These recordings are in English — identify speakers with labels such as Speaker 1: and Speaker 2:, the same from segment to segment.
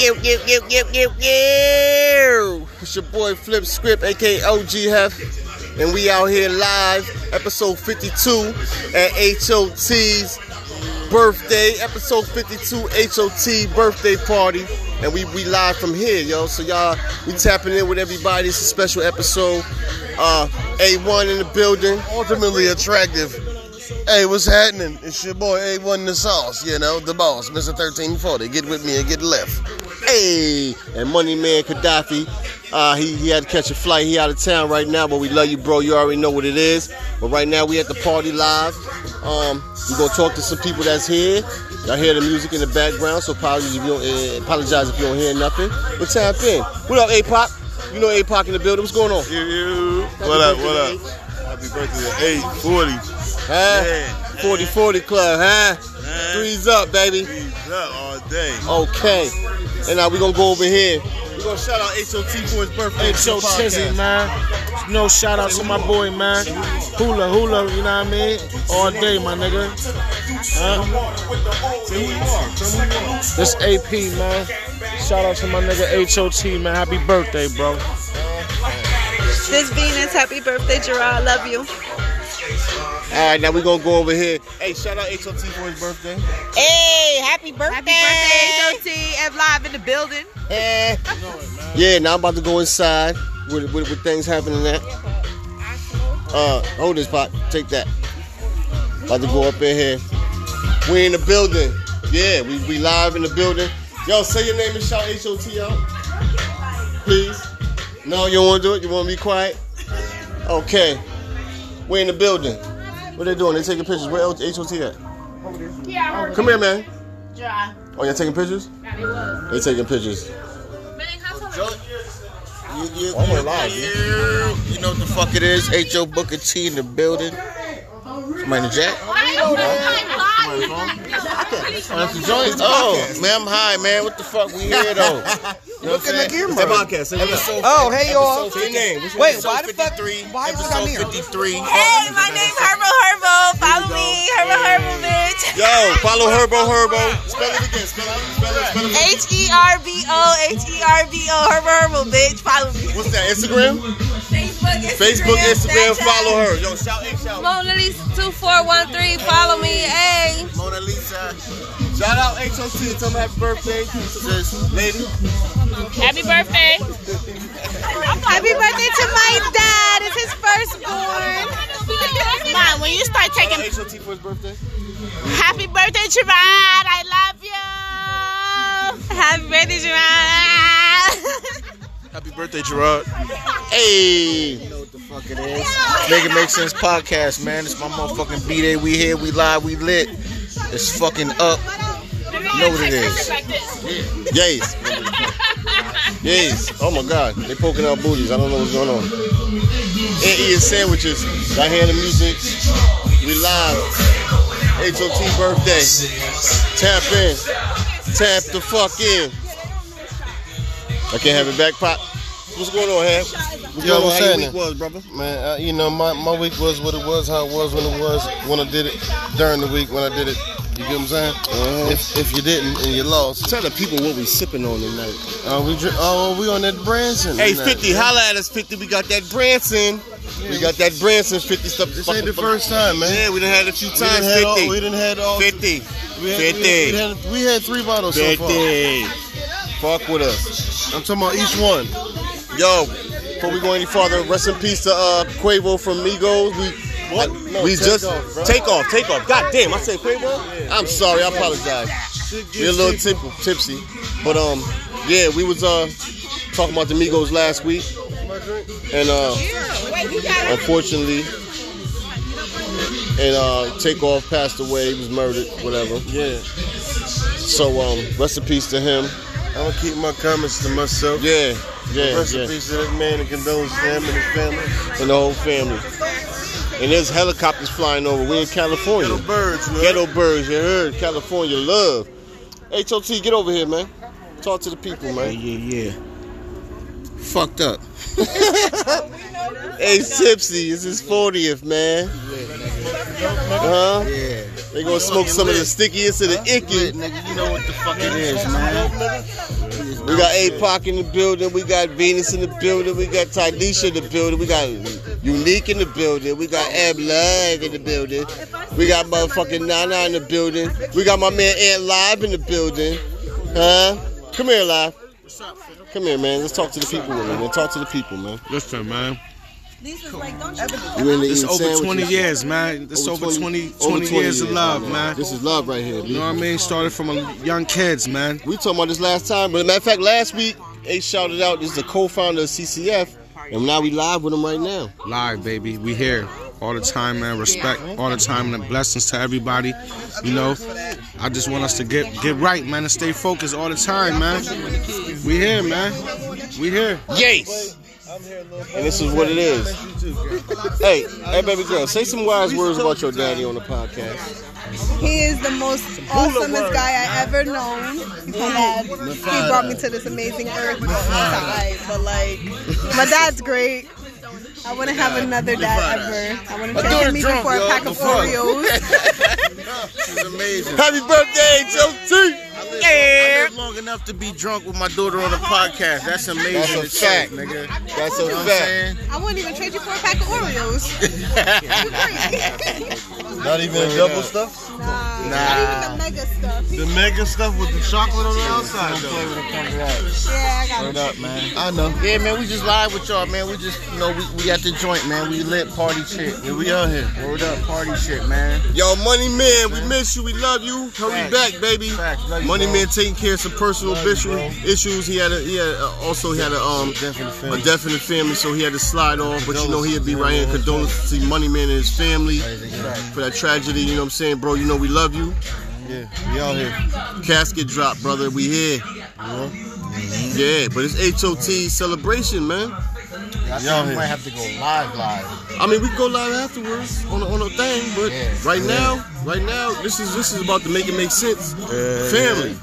Speaker 1: Yo, yo, yo, yo, yo, yo. It's your boy Flip Script, aka OG Hef, and we out here live, episode 52 at HOT's birthday, episode 52 HOT birthday party. And we, we live from here, yo. So y'all, we tapping in with everybody. It's a special episode. Uh, A1 in the building.
Speaker 2: ultimately attractive. Hey, what's happening? It's your boy A1 in the sauce, you know, the boss, Mr. 1340. Get with me and get left.
Speaker 1: Hey, and Money Man Gaddafi. Uh, he, he had to catch a flight. He out of town right now, but we love you, bro. You already know what it is. But right now we at the party live. Um, we gonna talk to some people that's here. Y'all hear the music in the background, so apologize if you don't, uh, apologize if you don't hear nothing. But tap in. What up, A-Pop? You know A-Pop in the building. What's going on?
Speaker 3: You, you. What up, what up? Happy birthday to 840.
Speaker 1: Huh? 40-40 Club, huh? Threes up, baby.
Speaker 3: He's up all day.
Speaker 1: Okay. And now we gonna go over here. we gonna shout out HOT for his birthday.
Speaker 4: Hey, Joe Chizzy, man. You know, shout out to my boy, man. Hula, hula, you know what I mean? All day, my nigga. Huh? This AP, man. Shout out to my nigga HOT, man. Happy birthday, bro.
Speaker 5: This Venus, happy birthday, Gerard. Love you.
Speaker 1: All right, now we're gonna go over here. Hey, shout out HOT for his birthday.
Speaker 6: Hey, happy birthday.
Speaker 5: Happy birthday, HOT. And live in the building.
Speaker 1: Eh. Yeah, now I'm about to go inside with, with, with things happening there. Uh, hold this pot. Take that. About to go up in here. We in the building. Yeah, we, we live in the building. Yo, say your name and shout HOT out. Please. No, you don't want to do it? You want to be quiet? Okay. We in the building. What they doing? They taking pictures. Where else HOT at? Come here, man. Oh, y'all taking pictures? They taking pictures. Oh, You, you,
Speaker 2: I'm gonna lie, dude.
Speaker 3: You know what the fuck it is? H.O. Booker T in the building. Somebody in the jack? That's the joint. Oh, man, I'm high, man. What the fuck? We here, though. You know Look in the camera. podcast. Episode,
Speaker 7: Oh, hey y'all.
Speaker 3: What's your name? What's your
Speaker 7: Wait,
Speaker 3: episode
Speaker 7: why the fuck?
Speaker 3: 53,
Speaker 7: Why is it
Speaker 3: episode
Speaker 7: on here?
Speaker 3: 53.
Speaker 6: Hey, my name's Herbo Herbo. Follow me, Herbo Herbo, bitch.
Speaker 3: Yo, follow Herbo Herbo. Spell it again. Spell it, spell it, spell
Speaker 6: H
Speaker 3: it.
Speaker 6: E R B O H E R B O Herbo Herbo, bitch. Follow me.
Speaker 3: What's that, Instagram?
Speaker 8: Facebook,
Speaker 3: Facebook, Instagram, follow her. Yo, shout out, shout out.
Speaker 8: Mona Lisa 2413, follow me. Hey.
Speaker 3: Mona Lisa.
Speaker 1: Shout out HOT and tell them happy birthday. Sis, lady.
Speaker 8: Happy birthday.
Speaker 5: Happy birthday to my dad. It's his firstborn.
Speaker 6: Mom, when you start taking
Speaker 1: HOT for his birthday.
Speaker 6: happy birthday, Gerard, I love you. Happy birthday, Gerard.
Speaker 3: Happy birthday, Gerard.
Speaker 1: Hey.
Speaker 3: Make it make sense podcast, man. It's my motherfucking B day. We here, we live, we lit. It's fucking up. You know what it is.
Speaker 1: Yes. Yes. Oh my God. They poking out booties. I don't know what's going on. And eating sandwiches. I hear the music. We live. HOT birthday. Tap in. Tap the fuck in. I can't have it back pop. What's going on, Ham? What's
Speaker 2: Yo,
Speaker 1: going on?
Speaker 2: what's
Speaker 1: How your
Speaker 2: happening?
Speaker 1: week was, brother?
Speaker 2: Man, uh, you know, my, my week was what it was, how it was when it was, when I did it, during the week when I did it. You get what I'm saying? If, if you didn't and you lost,
Speaker 1: Tell the people what we sipping on tonight.
Speaker 2: uh, we dr- oh, we on that Branson.
Speaker 1: Hey,
Speaker 2: tonight.
Speaker 1: 50, holla at us, 50. We got that Branson. We got that Branson 50 stuff.
Speaker 2: This ain't the first time, man.
Speaker 1: Yeah, we done had it a few
Speaker 2: we didn't
Speaker 1: times,
Speaker 2: had all.
Speaker 1: 50.
Speaker 2: We didn't had all.
Speaker 1: 50.
Speaker 2: We had, we had- we
Speaker 1: 50.
Speaker 2: had- we had three bottles so far.
Speaker 1: 50. Fuck with us.
Speaker 2: I'm talking about each one.
Speaker 1: Yo, before we go any farther, rest in peace to uh, Quavo from Migos. We,
Speaker 2: What?
Speaker 1: I-
Speaker 2: No,
Speaker 1: we
Speaker 2: take
Speaker 1: just
Speaker 2: off, bro.
Speaker 1: take off, take off. God damn, I said Quavo? I'm sorry, I apologize. We a little tip, tipsy. But um, yeah, we was uh talking about the Migos last week. And uh unfortunately and uh Takeoff passed away, he was murdered, whatever.
Speaker 2: Yeah.
Speaker 1: So um rest in peace to him.
Speaker 2: I'm gonna keep my comments to myself.
Speaker 1: Yeah, yeah,
Speaker 2: Rest in
Speaker 1: yeah.
Speaker 2: peace to that man and condolences to him and his family.
Speaker 1: And the whole family. And there's helicopters flying over. We're in California.
Speaker 2: Little birds, man.
Speaker 1: Ghetto birds, you heard California love. HOT, get over here, man. Talk to the people, man.
Speaker 3: Yeah, yeah. Fucked up.
Speaker 1: Hey, Tipsy, it's his 40th, man. Uh-huh. Huh?
Speaker 3: Yeah.
Speaker 1: They gonna smoke some of the stickiest of the icky.
Speaker 3: Nigga, you know what the fuck it is, man.
Speaker 4: niggas.
Speaker 1: We got A-Pac in the building. We got Venus in the building. We got Tynisha in the building. We got Unique in the building. We got Ab Live in the building. We got motherfucking Nana in the building. We got my man Ant Live in the building. Huh? Come here, Live. Come here, man. Let's talk to the people, man. Talk to the people, man.
Speaker 4: Listen, man.
Speaker 1: You in the
Speaker 4: It's
Speaker 1: eating
Speaker 4: over
Speaker 1: sandwiches.
Speaker 4: 20 years, man. It's over 20, 20 years of love, man.
Speaker 1: This is love right here. B.
Speaker 4: You know what I mean? Started from a young kids, man.
Speaker 1: We talking about this last time, but as a matter of fact, last week they shouted out. This is the co-founder of CCF, and now we live with him right now.
Speaker 4: Live, baby. We here all the time, man. Respect all the time, and blessings to everybody. You know, I just want us to get get right, man, and stay focused all the time, man. We here, man. We here.
Speaker 1: Yes. And this is what it is. Hey, hey, baby girl, say some wise words about your daddy on the podcast.
Speaker 5: He is the most awesomest guy I ever known. He had- he brought me to this amazing earth. Side, but like, my dad's great. I wouldn't have another dad ever. I wouldn't trade him even for a pack of Oreos.
Speaker 3: It's amazing.
Speaker 1: Happy birthday, Joe T.
Speaker 3: I lived long enough to be drunk with my daughter on the podcast. That's amazing.
Speaker 1: That's a
Speaker 3: to
Speaker 1: fact.
Speaker 3: check, nigga.
Speaker 1: That's a
Speaker 3: You know what I'm
Speaker 1: fact.
Speaker 3: saying?
Speaker 5: I wouldn't even trade you for a pack of Oreos. You crazy.
Speaker 2: Not even a double stuff.
Speaker 5: nah, not even the mega stuff.
Speaker 2: The mega stuff with the chocolate on the outside.
Speaker 5: Yeah, I got it.
Speaker 3: Up, man.
Speaker 2: I know.
Speaker 3: Yeah, man, we just live with y'all, man. We just, you know, we, we at the joint, man. We lit party shit.
Speaker 2: Yeah, we out here.
Speaker 3: Word up, party shit, man.
Speaker 1: Yo, Money Man, we miss you. We love you. Hurry back, baby.
Speaker 3: Facts. Love you,
Speaker 1: Money
Speaker 3: bro.
Speaker 1: Man taking care of some personal issue- issues. He had a, he had a, also he had a um
Speaker 2: Definitely
Speaker 1: a
Speaker 2: finished.
Speaker 1: definite family, so he had to slide off. But you know he'll be right here. Condolences to Money Man and his family for that tragedy. You know what I'm saying, bro? You know we love you.
Speaker 2: Yeah, we out here.
Speaker 1: Casket drop, brother. We here. Yeah, but it's HOT celebration, man.
Speaker 3: I
Speaker 2: Y'all
Speaker 3: think we
Speaker 2: hit.
Speaker 3: might have to go live, live.
Speaker 1: I mean, we can go live afterwards on a, on a thing, but
Speaker 3: Yeah.
Speaker 1: right now, right now, this is this is about to make it make sense, family. You know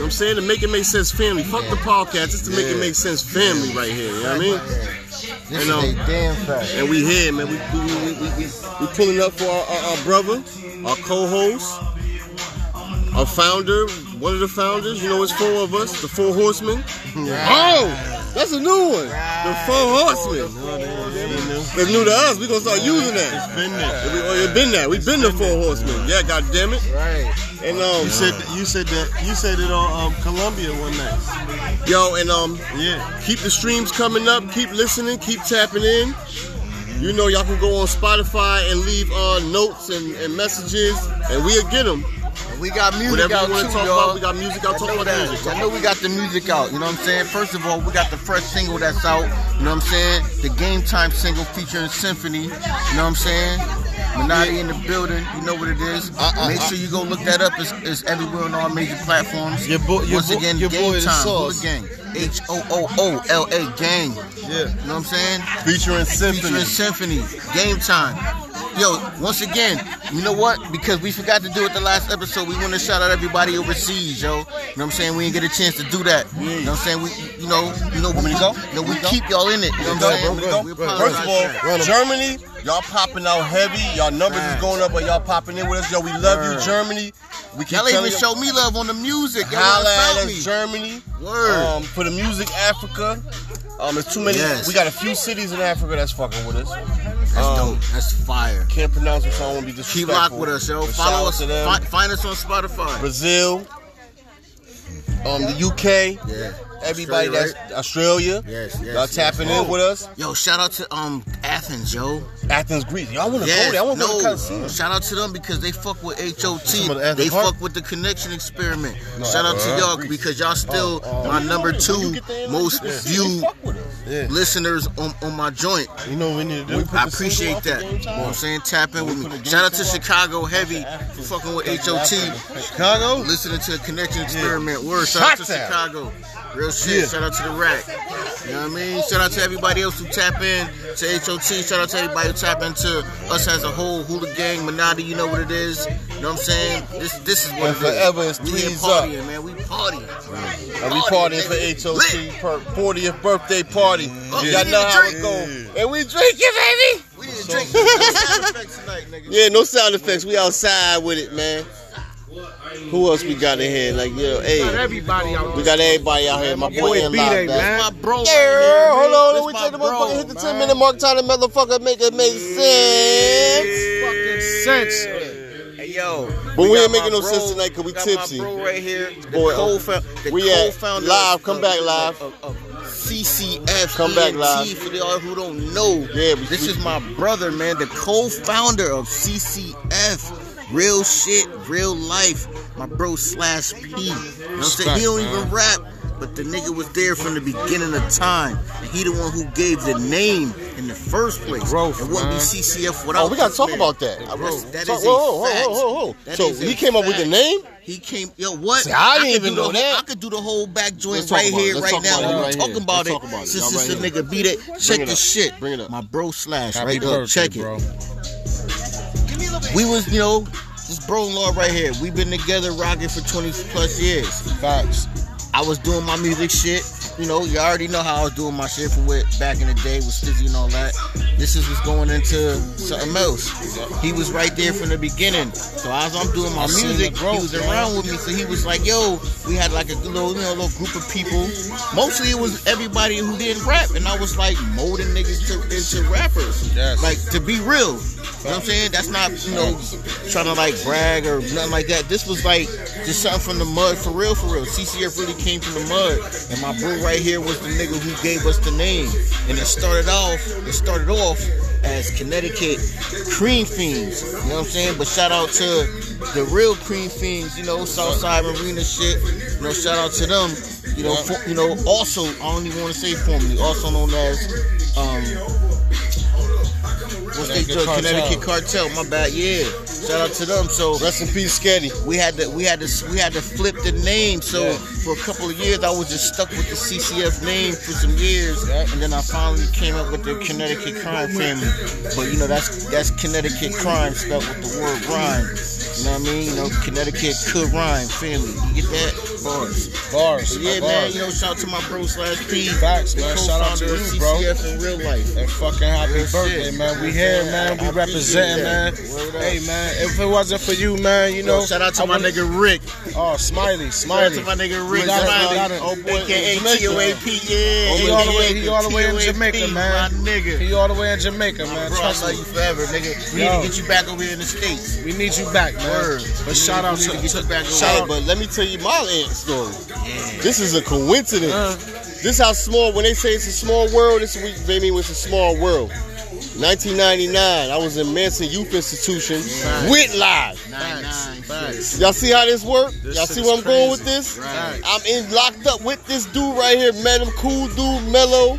Speaker 1: what I'm saying? To make it make sense, family. Fuck the podcast. It's to make it
Speaker 3: Yeah.
Speaker 1: make sense, family, right here. You know what I mean?
Speaker 3: This
Speaker 1: You know.
Speaker 3: is a damn fact.
Speaker 1: And we here, man. We we, we, we, we, we pulling up for our, our, our brother, our co-host, our founder, one of the founders. You know, it's four of us, the Four Horsemen. Oh, that's a new one. The Four Horsemen. It's new to us. We gonna start using that.
Speaker 2: Been there.
Speaker 1: We, oh, it been that. We've been the Four Horsemen. Yeah, God damn it.
Speaker 3: Right.
Speaker 1: And um,
Speaker 2: You said you said that you said it on um, Columbia one night.
Speaker 1: yo, and um,
Speaker 2: Yeah.
Speaker 1: keep the streams coming up. Keep listening. Keep tapping in. You know, y'all can go on Spotify and leave uh, notes and, and messages, and we'll get them.
Speaker 3: We got music
Speaker 1: Whatever
Speaker 3: out
Speaker 1: you want
Speaker 3: too,
Speaker 1: to talk
Speaker 3: y'all.
Speaker 1: about, we got music. I'll talk
Speaker 3: know
Speaker 1: about
Speaker 3: that.
Speaker 1: music.
Speaker 3: I know we got the music out. You know what I'm saying? First of all, we got the fresh single that's out. You know what I'm saying? The game time single featuring Symphony. You know what I'm saying? Minati in the building. You know what it is.
Speaker 2: Uh,
Speaker 3: Make sure you go look that up. It's, it's everywhere on all major platforms.
Speaker 2: Your boy- your
Speaker 3: Once
Speaker 2: boy-
Speaker 3: again,
Speaker 2: your
Speaker 3: game
Speaker 2: boy is
Speaker 3: time.
Speaker 2: sauce.
Speaker 3: Hula gang. H O O O L A gang. You
Speaker 2: Yeah.
Speaker 3: know what I'm saying?
Speaker 2: Featuring Symphony.
Speaker 3: Featuring Symphony. Game time. Yo, once again, you know what? Because we forgot to do it the last episode, we want to shout out everybody overseas, yo. You know what I'm saying? We didn't get a chance to do that. You know what I'm saying? We, you know, you know, we,
Speaker 2: go?
Speaker 3: You know, we keep y'all in it. You know what I'm saying? We
Speaker 1: First of all,
Speaker 3: apologize.
Speaker 1: Germany, y'all popping out heavy. Y'all numbers is going up, but y'all popping in with us. Yo, we love you, Germany. We keep
Speaker 3: Y'all even
Speaker 1: telling you,
Speaker 3: show me love on the music. Y'all
Speaker 1: holla
Speaker 3: found
Speaker 1: at
Speaker 3: me.
Speaker 1: us, Germany.
Speaker 3: Word.
Speaker 1: Um, for the music, Africa. Um, there's too many.
Speaker 3: Yes.
Speaker 1: We got a few cities in Africa that's fucking with us.
Speaker 3: That's
Speaker 1: um,
Speaker 3: dope. That's fire.
Speaker 1: Can't pronounce them, so I won't be
Speaker 3: Keep
Speaker 1: disrespectful.
Speaker 3: lock with us, yo.
Speaker 1: But shout
Speaker 3: Follow
Speaker 1: out
Speaker 3: us.
Speaker 1: to them.
Speaker 3: Fi- find us on Spotify.
Speaker 1: Brazil. Um, the UK.
Speaker 3: Yeah.
Speaker 1: Everybody
Speaker 3: Australia,
Speaker 1: that's Australia.
Speaker 3: Yes, yes,
Speaker 1: Y'all
Speaker 3: yes.
Speaker 1: tapping in with us.
Speaker 3: Yo, shout out to um Athens, yo.
Speaker 1: Athens, Greece. Y'all want to go
Speaker 3: Yes,
Speaker 1: there? I want to
Speaker 3: no.
Speaker 1: go to see
Speaker 3: Shout out to them because they fuck with
Speaker 2: Somebody
Speaker 3: HOT.
Speaker 2: asked
Speaker 3: They
Speaker 2: the part?
Speaker 3: fuck with the connection experiment. Shout out
Speaker 1: uh,
Speaker 3: to y'all because y'all still my number two most viewed
Speaker 2: Yeah.
Speaker 3: listeners on, on my joint.
Speaker 2: You know what we need to do?
Speaker 3: I appreciate that. You know what I'm saying? Tap in with me. Shout out to Chicago Heavy for fucking with HOT. Chicago? Listening to the connection experiment. Word. Shout out to
Speaker 2: Shots out.
Speaker 3: Chicago. Real shit. Shout out to the rack. You know what I mean? Shout out to everybody else who tap in to HOT. Shout out to everybody who tap into us as a whole. Hula Gang, Minati, you know what it is. You know what I'm saying? This this is what
Speaker 2: And
Speaker 3: it is.
Speaker 2: forever it's
Speaker 3: we here
Speaker 2: threes up.
Speaker 3: partying, man. We partying.
Speaker 1: And uh, we partying for
Speaker 3: Lit.
Speaker 1: HOT per 40th birthday party. Y'all know how it
Speaker 3: Yeah.
Speaker 1: go. And we drinking, baby.
Speaker 3: We need to drink. Sound effects tonight, nigga.
Speaker 1: Yeah, no sound effects. We outside with it, man. Who else we got in here? Like, you know, hey,
Speaker 4: Everybody out
Speaker 1: we got everybody out here. My boy
Speaker 4: Boy,
Speaker 1: in
Speaker 4: B
Speaker 1: live,
Speaker 4: Day,
Speaker 1: man.
Speaker 4: man.
Speaker 1: Yeah, hold on, let
Speaker 4: That's
Speaker 1: me
Speaker 4: my
Speaker 1: take the
Speaker 4: bro,
Speaker 1: motherfucker, hit the 10
Speaker 4: man.
Speaker 1: minute mark, time to motherfucker make it make sense.
Speaker 4: Fucking sense.
Speaker 3: Hey, yo.
Speaker 1: But we ain't
Speaker 3: got
Speaker 1: making
Speaker 3: my
Speaker 1: no sense tonight 'cause we
Speaker 3: got
Speaker 1: tipsy.
Speaker 3: My bro right here. The
Speaker 1: Boy, uh,
Speaker 3: co-found, the
Speaker 1: we at
Speaker 3: co-founder
Speaker 1: live,
Speaker 3: of-
Speaker 1: come back
Speaker 3: of-
Speaker 1: live.
Speaker 3: Of, of CCF.
Speaker 1: Come back
Speaker 3: ENT,
Speaker 1: live.
Speaker 3: E For y'all who don't know,
Speaker 1: Yeah, we-
Speaker 3: this
Speaker 1: we-
Speaker 3: is my brother, man. The co-founder of CCF. Real shit, real life. My bro slash P. You know what I'm saying?
Speaker 4: Respect,
Speaker 3: He don't
Speaker 4: man.
Speaker 3: even rap. But the nigga was there from the beginning of time. And he the one who gave the name in the first place.
Speaker 4: growth,
Speaker 3: and what we
Speaker 4: man.
Speaker 3: CCF without
Speaker 1: Oh, we gotta
Speaker 3: this
Speaker 1: talk
Speaker 3: man.
Speaker 1: about that.
Speaker 3: That is- that
Speaker 1: Talk-
Speaker 3: is a
Speaker 1: whoa, whoa,
Speaker 3: fact.
Speaker 1: whoa, whoa, whoa.
Speaker 3: That
Speaker 1: So
Speaker 3: is a
Speaker 1: he came up with the
Speaker 3: fact.
Speaker 1: name?
Speaker 3: He came. Yo, what?
Speaker 1: See, I didn't
Speaker 3: could
Speaker 1: even
Speaker 3: do the
Speaker 1: know
Speaker 3: whole-
Speaker 1: that.
Speaker 3: I could do the whole back joint
Speaker 1: Let's talk
Speaker 3: right
Speaker 1: about it.
Speaker 3: here,
Speaker 1: Let's
Speaker 3: right
Speaker 1: talk
Speaker 3: now.
Speaker 1: about it
Speaker 3: We're
Speaker 1: right here.
Speaker 3: talking about
Speaker 1: Let's
Speaker 3: it.
Speaker 1: talk about it.
Speaker 3: Since
Speaker 1: Y'all
Speaker 3: this
Speaker 1: right here.
Speaker 3: nigga beat it, check
Speaker 1: it
Speaker 3: the
Speaker 1: up.
Speaker 3: shit.
Speaker 1: Bring it up.
Speaker 3: My bro slash
Speaker 4: Happy
Speaker 3: right
Speaker 4: birthday,
Speaker 3: up. Check it.
Speaker 4: bro.
Speaker 3: We was, you know, this bro in law right here. We've been together rocking for 20 plus years.
Speaker 2: Facts.
Speaker 3: I was doing my music shit. You know, you already know how I was doing my shit for what back in the day with Stizzy and all that. This is what's going into something else. He was right there from the beginning. So as I'm doing my
Speaker 4: I seen
Speaker 3: music,
Speaker 4: the growth,
Speaker 3: he was
Speaker 4: man.
Speaker 3: around with me. So he was like, "Yo, we had like a little, you know, little group of people. Mostly it was everybody who didn't rap, and I was like molding niggas to, into rappers.
Speaker 4: Yes.
Speaker 3: Like to be real, you know what I'm saying? That's not you know trying to like brag or nothing like that. This was like just something from the mud for real, for real. CCF really came from the mud, and my bro right here was the nigga who gave us the name. And it started off, it started off as Connecticut Cream Fiends, you know what I'm saying? But shout out to the real Cream Fiends, you know, Southside Arena shit. You know, shout out to them. You know, for, you know. Also, I don't even want to say formerly, also known as. Um, What's they
Speaker 2: Connecticut
Speaker 3: drug?
Speaker 2: Cartel.
Speaker 3: Connecticut cartel. My bad. Yeah. Shout out to them. So
Speaker 1: Rest in peace, Sketty.
Speaker 3: we had to we had to we had to flip the name. So for a couple of years, I was just stuck with the CCF name for some years, and then I finally came up with the Connecticut Crime Family. But you know that's that's Connecticut Crime spelled with the word rhyme. You know what I mean? You know Connecticut could rhyme family. You get that? Bars.
Speaker 2: Bars.
Speaker 3: Yeah,
Speaker 2: bars.
Speaker 3: man. You know, shout out to my bro slash P.
Speaker 2: Facts,
Speaker 3: the
Speaker 2: man. Shout out to
Speaker 3: co-founder of
Speaker 2: you, bro.
Speaker 3: CCF in real life.
Speaker 2: And fucking happy
Speaker 3: Real shit.
Speaker 2: birthday, man. We here, man.
Speaker 3: I
Speaker 2: We
Speaker 3: appreciate
Speaker 2: representing, man.
Speaker 3: that. Word up.
Speaker 2: Hey, man. If it wasn't for you, man, you know.
Speaker 3: Yo, shout out to
Speaker 2: I
Speaker 3: my
Speaker 2: wouldn't-
Speaker 3: nigga Rick.
Speaker 2: Oh, Smiley,
Speaker 3: Shout
Speaker 2: Smiley.
Speaker 3: out to my nigga
Speaker 2: We
Speaker 3: Rick
Speaker 2: got it, we got
Speaker 3: Smiley.
Speaker 2: it.
Speaker 3: Oh boy,
Speaker 2: AKA
Speaker 3: AKA TOAP, yeah.
Speaker 2: He all the way- he all the way in
Speaker 3: TOAP,
Speaker 2: Jamaica, man.
Speaker 3: My nigga.
Speaker 2: He all the way in Jamaica,
Speaker 3: My
Speaker 2: man.
Speaker 3: bro, I
Speaker 2: Trust
Speaker 3: love
Speaker 2: me.
Speaker 3: you forever, nigga. We
Speaker 2: Yo.
Speaker 3: need to get you back over here in the States.
Speaker 2: We need you back, man.
Speaker 3: Word. We
Speaker 2: But
Speaker 3: need-
Speaker 2: shout out
Speaker 3: we need
Speaker 2: to,
Speaker 3: to get
Speaker 2: to
Speaker 3: you back
Speaker 2: shout
Speaker 1: Hey,
Speaker 2: out.
Speaker 1: but let me tell you my aunt story. This is a coincidence. This how small. When they say it's a small world, this week, baby, it's a small world. 1999, I was in Manson Youth Institution with live.
Speaker 3: Nine, nine, six.
Speaker 1: Y'all see how this work? Y'all see
Speaker 4: shit
Speaker 1: where
Speaker 4: is
Speaker 1: I'm going with
Speaker 4: crazy.
Speaker 1: this?
Speaker 3: Right.
Speaker 1: I'm in locked up with this dude right here, met him, cool dude, mellow.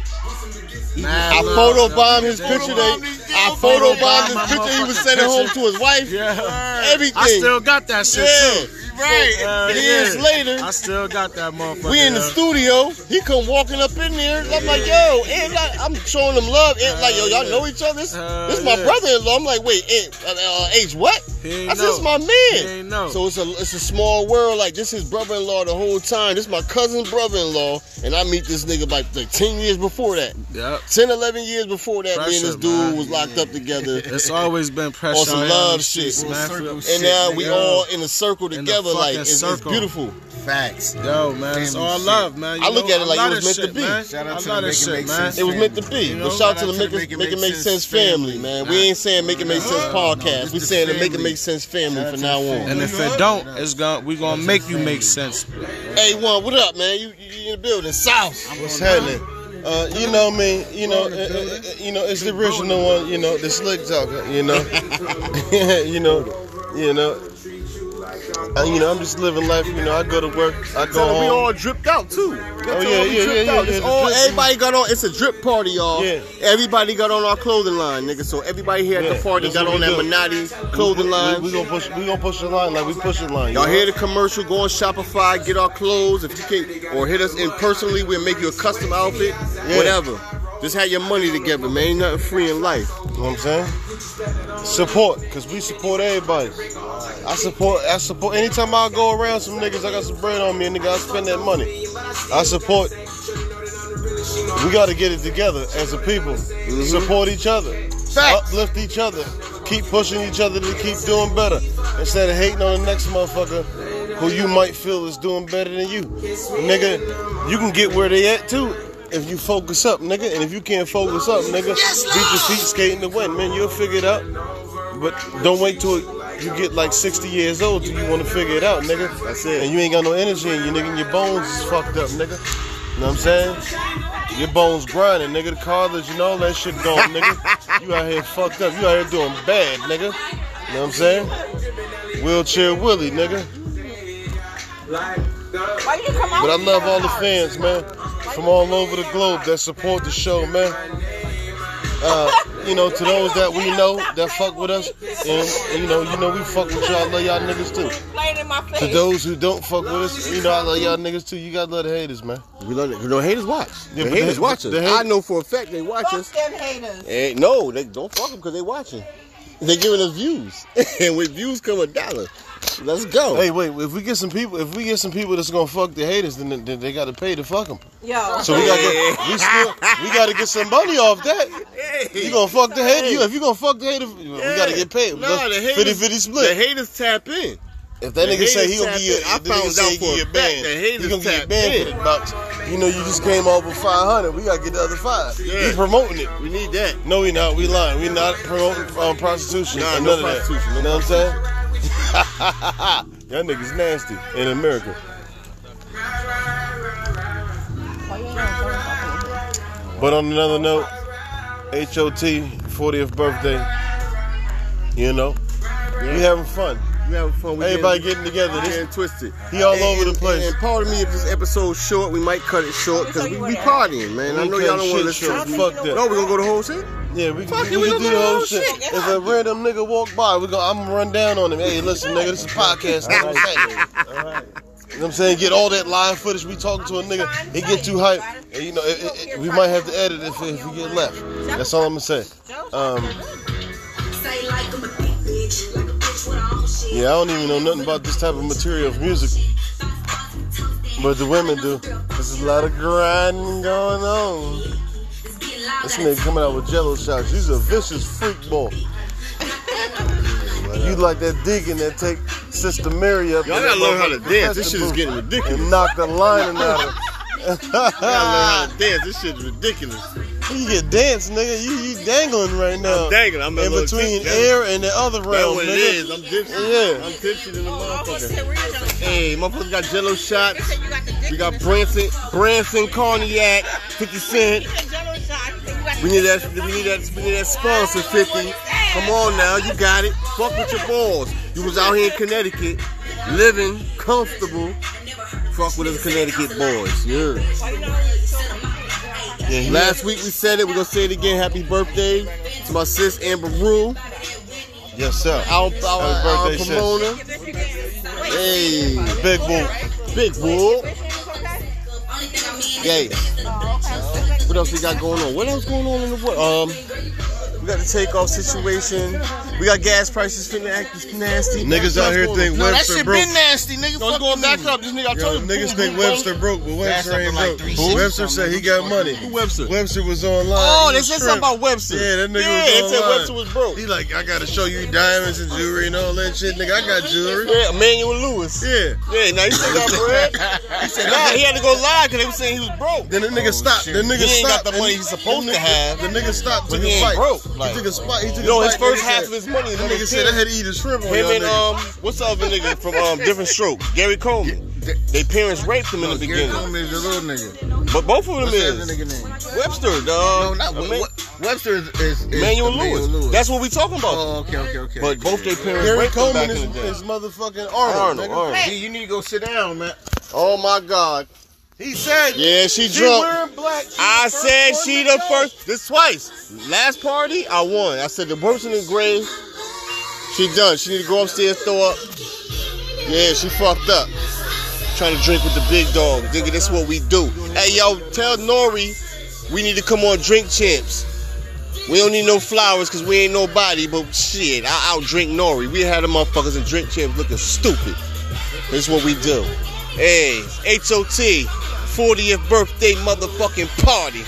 Speaker 1: I photobombed his picture. That I photobombed his picture. He was sending home to his wife.
Speaker 4: Yeah.
Speaker 1: Everything.
Speaker 4: I still got that shit
Speaker 1: yeah.
Speaker 4: too.
Speaker 1: Right.
Speaker 4: Uh,
Speaker 1: Years
Speaker 4: yeah.
Speaker 1: later,
Speaker 4: I still got that motherfucker.
Speaker 1: we in the
Speaker 4: yeah.
Speaker 1: studio. He come walking up in there. I'm like, yo, and like, I'm showing him love. And like, yo, y'all know each other. This,
Speaker 4: Hell
Speaker 1: this my
Speaker 4: Uh, yeah.
Speaker 1: brother-in-law. I'm like, wait, Aunt, uh, uh, H, what?
Speaker 4: He ain't
Speaker 1: That's just
Speaker 4: know.
Speaker 1: my
Speaker 4: He
Speaker 1: man.
Speaker 4: ain't know.
Speaker 1: So it's a it's a small world. Like this his brother-in-law the whole time. This my cousin brother-in-law, and I meet this nigga like, like ten years before that,
Speaker 4: Yep.
Speaker 1: 10, 11 years before that. me and
Speaker 4: Pressure,
Speaker 1: this dude
Speaker 4: man.
Speaker 1: was locked up together.
Speaker 4: It's always been pressure.
Speaker 1: On some
Speaker 4: on
Speaker 1: love
Speaker 4: these
Speaker 1: shit.
Speaker 4: streets, Man. Feel-
Speaker 1: And now we
Speaker 4: nigga.
Speaker 1: all in a circle
Speaker 4: the
Speaker 1: together,
Speaker 4: fucking
Speaker 1: like it's, it's
Speaker 4: circle.
Speaker 1: beautiful.
Speaker 3: Facts.
Speaker 4: Yo, man, it's all love, man. You
Speaker 1: I look
Speaker 4: know,
Speaker 1: at it like it
Speaker 4: love
Speaker 1: was meant
Speaker 4: this
Speaker 1: to
Speaker 4: shit,
Speaker 1: be.
Speaker 4: Man.
Speaker 3: Shout out
Speaker 4: I
Speaker 3: to
Speaker 4: love
Speaker 3: the
Speaker 4: this
Speaker 3: Make It
Speaker 4: shit,
Speaker 3: Make
Speaker 4: man.
Speaker 1: It was meant to be.
Speaker 4: You know,
Speaker 1: but shout out to
Speaker 3: shout
Speaker 1: the
Speaker 3: out
Speaker 1: Make, it, make, it make Sense family, man. We
Speaker 4: Nah.
Speaker 1: ain't saying Make It Make Sense podcast.
Speaker 3: it's
Speaker 1: we
Speaker 3: the
Speaker 1: saying the Make It
Speaker 3: family.
Speaker 1: Make Sense family
Speaker 3: Shout out
Speaker 1: from
Speaker 3: to
Speaker 1: now
Speaker 3: the
Speaker 1: on.
Speaker 3: family.
Speaker 4: And if it don't, it's gonna we gonna make you make sense.
Speaker 1: Hey, one, what up, man? You, you you in the building? South.
Speaker 2: What's happening? Uh, you know me, you know, uh, uh, uh, you know, it's the original one, you know, the slick talker, you know, you know, you know, Uh, you know, I'm just living life, you know, I go to work, I go home.
Speaker 1: um, dripped out too.
Speaker 2: Oh, yeah, yeah, yeah, yeah, yeah,
Speaker 1: It's
Speaker 2: the
Speaker 1: all
Speaker 2: drip.
Speaker 1: everybody got on. It's a drip party, y'all.
Speaker 2: Yeah.
Speaker 1: Everybody got on our clothing line, nigga. So everybody here at
Speaker 2: Yeah,
Speaker 1: the party
Speaker 2: that's
Speaker 1: got
Speaker 2: what
Speaker 1: on
Speaker 2: we
Speaker 1: that
Speaker 2: do.
Speaker 1: Menotti clothing line.
Speaker 2: We, we gonna push, we gonna push the line like we push the line. you
Speaker 1: Y'all
Speaker 2: know?
Speaker 1: hear the commercial? Go on Shopify, get our clothes. If you can, or hit us in personally, we'll make you a custom outfit. Whatever. Just have your money together, man. Ain't nothing free in life.
Speaker 2: You know what I'm saying? Support, cause we support everybody. I support, I support. Anytime I go around some niggas, I got some bread on me, and nigga, I spend that money. I support. We gotta get it together as a people. Support each other, uplift each other, keep pushing each other to keep doing better instead of hating on the next motherfucker. who you might feel is doing better than you. Nigga, you can get where they at too if you focus up, nigga. And if you can't focus up, nigga, beat your feet skating to win, man. You'll figure it out. But don't wait till you get like 60 years old till you want to figure it out, nigga. That's it. And you ain't got no energy in you, nigga. And your bones is fucked up, nigga. You know what I'm saying? Your bones grinding, nigga. The college and all that shit gone, nigga. You out here fucked up. You out here doing bad, nigga. You know what I'm saying? Wheelchair Willie, nigga.
Speaker 6: Why you come out?
Speaker 2: But I
Speaker 6: with
Speaker 2: love
Speaker 6: your
Speaker 2: all the
Speaker 6: car?
Speaker 2: fans, man, from all over the globe that support the show, man. Uh, you know, to those that we know that fuck with us, and you know, you know we fuck with y'all. I love y'all niggas too.
Speaker 6: Playing in my
Speaker 2: To
Speaker 6: face.
Speaker 2: those who don't fuck with us, you know I love y'all niggas too. You gotta love the haters, man.
Speaker 1: We love it. 'cause The haters watch.
Speaker 2: Yeah,
Speaker 1: the
Speaker 2: but
Speaker 1: haters
Speaker 2: the-
Speaker 1: watch us.
Speaker 2: the hate-
Speaker 1: I know for a fact they watch
Speaker 6: Fuck
Speaker 1: us.
Speaker 6: them haters.
Speaker 1: Eh, no, they don't fuck them because they watching. They giving us views, and with views come a dollar. Let's go.
Speaker 2: Hey, wait, if we get some people, if we get some people that's gonna fuck the haters, then, then they gotta pay to fuck them.
Speaker 6: Yo.
Speaker 2: So we gotta get, we still, we gotta get some money off that. You gonna fuck the hater? You, if you gonna fuck the hater, we gotta get paid.
Speaker 1: Nah, the haters-
Speaker 2: 50-50 split.
Speaker 1: The haters tap in.
Speaker 2: If that
Speaker 1: The
Speaker 2: nigga say he
Speaker 1: haters
Speaker 2: gonna
Speaker 1: tapped
Speaker 2: give you,
Speaker 1: in. I
Speaker 2: if the
Speaker 1: found
Speaker 2: nigga say
Speaker 1: out
Speaker 2: he
Speaker 1: for
Speaker 2: give
Speaker 1: a
Speaker 2: you a
Speaker 1: fact
Speaker 2: band,
Speaker 1: the haters
Speaker 2: he gonna get you
Speaker 1: tapped
Speaker 2: banned for
Speaker 1: in.
Speaker 2: the bucks. You know, you just came off with five hundred. We gotta get the other five.
Speaker 1: Yeah.
Speaker 2: We promoting it.
Speaker 1: We need that.
Speaker 2: No, we not. We lying. We not promoting um, prostitution.
Speaker 1: Nah,
Speaker 2: or
Speaker 1: no
Speaker 2: none of that.
Speaker 1: prostitution, no
Speaker 2: you know what I'm saying? Y'all niggas nasty in America. But on another note, HOT 40th birthday. You know, we having fun.
Speaker 1: We having fun. We
Speaker 2: Everybody
Speaker 1: getting,
Speaker 2: getting together.
Speaker 1: we
Speaker 2: This-
Speaker 1: getting twisted.
Speaker 2: he all
Speaker 1: And-
Speaker 2: over the
Speaker 1: and-
Speaker 2: place.
Speaker 1: And pardon me if this episode's short. We might cut it short because we be partying, man. I
Speaker 2: We
Speaker 1: know
Speaker 2: cut
Speaker 1: y'all don't want to listen.
Speaker 2: shit short.
Speaker 1: to us.
Speaker 2: Fuck that.
Speaker 1: No, we gonna go the whole shit.
Speaker 2: Yeah, we
Speaker 1: Fuck
Speaker 2: can,
Speaker 1: it,
Speaker 2: we
Speaker 1: we gonna
Speaker 2: can do the
Speaker 1: do
Speaker 2: whole
Speaker 1: the
Speaker 2: shit.
Speaker 1: whole shit.
Speaker 2: If a random nigga walk by, we go, I'm gonna run down on him. Hey, listen, nigga, this is a podcast. Nigga. I'm saying. You know what I'm saying? Get all that live footage. We talking to a nigga. It get too hype. And, you know, it, it- it- we might have to edit if, if we get left. That's all I'm gonna say. Um, yeah, I don't even know nothing about this type of material of music. But the women do. There's a lot of grinding going on. This nigga coming out with jello shots. He's a vicious freak boy. you like that digging that take Sister Mary up
Speaker 1: Y'all
Speaker 2: in
Speaker 1: gotta
Speaker 2: the
Speaker 1: learn how to
Speaker 2: motherfucking
Speaker 1: dance. This shit is
Speaker 2: festival
Speaker 1: getting ridiculous.
Speaker 2: And knock the lining out of
Speaker 1: Y'all learn how to dance. This shit's ridiculous.
Speaker 2: You get dance, nigga. You, you dangling right now.
Speaker 1: Dang it, I'm a
Speaker 2: in
Speaker 1: little
Speaker 2: between
Speaker 1: tipsy.
Speaker 2: air and the other
Speaker 1: That's
Speaker 2: realm,
Speaker 1: what
Speaker 2: nigga.
Speaker 1: it is. I'm tipsy.
Speaker 2: Yeah.
Speaker 1: I'm tipsy than the motherfucker.
Speaker 6: You
Speaker 1: Hey, motherfucker got Jello shots.
Speaker 6: got the dick
Speaker 1: We got Branson, Branson cognac, 50 cent.
Speaker 6: jello shot. You said you got
Speaker 1: We need that. We need that. We need that sponsor, 50. Come on now, you got it. Fuck with your balls. You was out here in Connecticut, living comfortable. Fuck with us Connecticut boys. Yeah.
Speaker 2: Yeah, he-
Speaker 1: Last week we said it. We're gonna say it again. Happy birthday to my sis Amber Rule,
Speaker 2: yes, sir.
Speaker 1: our our, our
Speaker 2: Happy birthday, sis.
Speaker 1: promoter. Hey,
Speaker 2: Big boy.
Speaker 1: Big Bull. Yeah. What else we got going on? What else going on in the world? Um, we got the takeoff situation. We got gas prices finna act nasty.
Speaker 2: Niggas out here think
Speaker 3: No, that
Speaker 2: Webster
Speaker 3: shit
Speaker 2: broke.
Speaker 3: been nasty, nigga.
Speaker 1: Don't
Speaker 3: Fuck
Speaker 1: go
Speaker 3: you.
Speaker 1: back up. This nigga, I
Speaker 2: Yo,
Speaker 1: told you.
Speaker 2: niggas think Webster broke, but Webster
Speaker 3: up to
Speaker 2: ain't
Speaker 3: like
Speaker 2: broke.
Speaker 3: 360
Speaker 2: Webster
Speaker 3: something.
Speaker 2: said he got money.
Speaker 1: Who Webster?
Speaker 2: Webster was online.
Speaker 1: Oh,
Speaker 2: He
Speaker 1: they
Speaker 2: was
Speaker 1: said
Speaker 2: tripping.
Speaker 1: something about Webster.
Speaker 2: Yeah, that nigga
Speaker 1: Yeah,
Speaker 2: was
Speaker 1: they
Speaker 2: online.
Speaker 1: said Webster was broke.
Speaker 2: He like, I gotta show you diamonds and jewelry and all that shit, nigga. I got jewelry.
Speaker 1: Yeah, Emmanuel Lewis.
Speaker 2: Yeah.
Speaker 1: Yeah, now he still got bread. He said, nah, he had to go lie because they were saying he was broke.
Speaker 2: Then the nigga stopped. The
Speaker 1: Oh,
Speaker 2: nigga
Speaker 1: He ain't got
Speaker 2: stopped.
Speaker 1: the
Speaker 2: and
Speaker 1: money
Speaker 2: he-
Speaker 1: he's supposed
Speaker 2: the
Speaker 1: to
Speaker 2: nigga-
Speaker 1: have,
Speaker 2: The nigga stopped.
Speaker 1: but
Speaker 2: Took
Speaker 1: he
Speaker 2: a
Speaker 1: ain't
Speaker 2: fight.
Speaker 1: broke.
Speaker 2: He
Speaker 1: Like-
Speaker 2: took a spot. He took
Speaker 1: You know,
Speaker 2: a
Speaker 1: his
Speaker 2: fight. Nigga
Speaker 1: first
Speaker 2: said-
Speaker 1: half of his money,
Speaker 2: The
Speaker 1: the
Speaker 2: nigga
Speaker 1: nigga
Speaker 2: said I
Speaker 1: said,
Speaker 2: had to eat his shrimp. on
Speaker 1: him
Speaker 2: y'all
Speaker 1: and
Speaker 2: niggas.
Speaker 1: um, what's the other nigga from um, Different Strokes? Gary Coleman. They parents raped him in the
Speaker 3: Gary
Speaker 1: beginning,
Speaker 3: Coleman is the little nigga.
Speaker 1: but both of them
Speaker 3: What's
Speaker 1: is
Speaker 3: that nigga name?
Speaker 1: Webster, dog.
Speaker 3: No, not
Speaker 1: Emma-
Speaker 3: Web- Webster. Is, is, is
Speaker 1: Emmanuel Lewis. That's what we talking about.
Speaker 3: Oh, okay, okay, okay.
Speaker 1: But both their parents
Speaker 2: Gary
Speaker 1: raped them back in
Speaker 2: Coleman is
Speaker 1: the day.
Speaker 2: is
Speaker 1: Arnold,
Speaker 2: motherfucking Arnold. nigga.
Speaker 1: Arnold.
Speaker 3: G, you need to go sit down, man.
Speaker 1: Oh my God.
Speaker 2: He said
Speaker 1: Yeah, she
Speaker 2: she
Speaker 1: drunk.
Speaker 2: wearing black. She
Speaker 1: I
Speaker 2: the first
Speaker 1: said
Speaker 2: one
Speaker 1: she
Speaker 2: to
Speaker 1: the
Speaker 2: go.
Speaker 1: first. This twice. Last party, I won. I said the person in gray, she done. She need to go upstairs, throw up. Yeah, she fucked up. Trying to drink with the big dog. Nigga, that's what we do. Hey, yo, tell Nori we need to come on Drink Champs. We don't need no flowers because we ain't nobody, but shit, I out drink Nori. We had the motherfuckers and Drink Champs looking stupid. This is what we do. Hey, HOT, 40th birthday motherfucking party.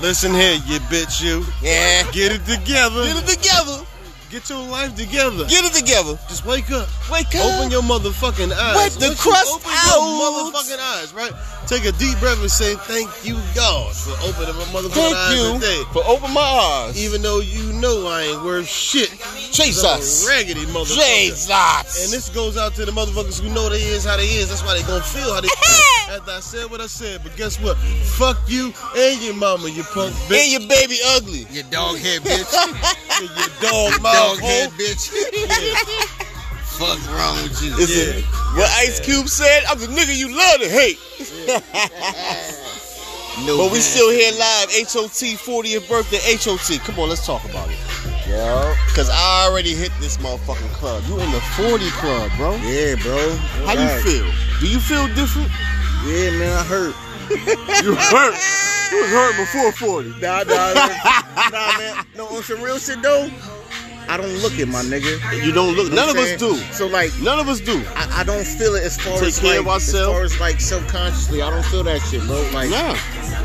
Speaker 2: Listen here, you bitch, you.
Speaker 1: Yeah.
Speaker 2: Get it together.
Speaker 1: Get it together.
Speaker 2: Get your life together.
Speaker 1: Get it together.
Speaker 2: Just wake up.
Speaker 1: Wake up.
Speaker 2: Open your motherfucking eyes.
Speaker 1: Wake the
Speaker 2: Once you
Speaker 1: crust
Speaker 2: open
Speaker 1: out.
Speaker 2: your motherfucking eyes, right? Take a deep breath and say, "Thank you, God, for opening my motherfucking eyes
Speaker 1: Thank
Speaker 2: today."
Speaker 1: you for open my eyes.
Speaker 2: Even though you know I ain't worth shit,
Speaker 1: Jesus.
Speaker 2: I'm a raggedy motherfucker. And
Speaker 1: Jesus.
Speaker 2: this goes out to the motherfuckers who know they is how they is. That's why they gonna feel how they feel. After I said what I said, but guess what? Fuck you and your mama, you punk bitch.
Speaker 1: And your baby ugly.
Speaker 3: Your dog head bitch.
Speaker 2: And your dog
Speaker 3: dog
Speaker 2: mouth
Speaker 3: head
Speaker 2: hole.
Speaker 3: bitch. Fuck wrong with you?
Speaker 1: Is it what Ice Cube said? I'm the nigga you love to hate.
Speaker 3: No
Speaker 1: But we
Speaker 3: man.
Speaker 1: still here live. HOT 40th birthday. HOT. Come on, let's talk about it. Yeah. Cause I already hit this motherfucking club. You in the 40 club, bro.
Speaker 3: Yeah, bro.
Speaker 1: How you
Speaker 3: Right.
Speaker 1: feel? Do you feel different?
Speaker 3: Yeah, man, I hurt.
Speaker 1: You hurt. You was hurt before 40.
Speaker 3: Nah, nah, man. nah, man. No, on some real shit though. I don't look it, my nigga.
Speaker 1: You don't look.
Speaker 3: You know
Speaker 1: None of
Speaker 3: what
Speaker 1: us
Speaker 3: I'm
Speaker 1: do.
Speaker 3: saying? So like,
Speaker 1: None of us do.
Speaker 3: I, I don't feel it as far
Speaker 1: Take
Speaker 3: as
Speaker 1: care
Speaker 3: like,
Speaker 1: of
Speaker 3: as
Speaker 1: ourself.
Speaker 3: far as like subconsciously. I don't feel that shit, bro. Like,
Speaker 1: Nah.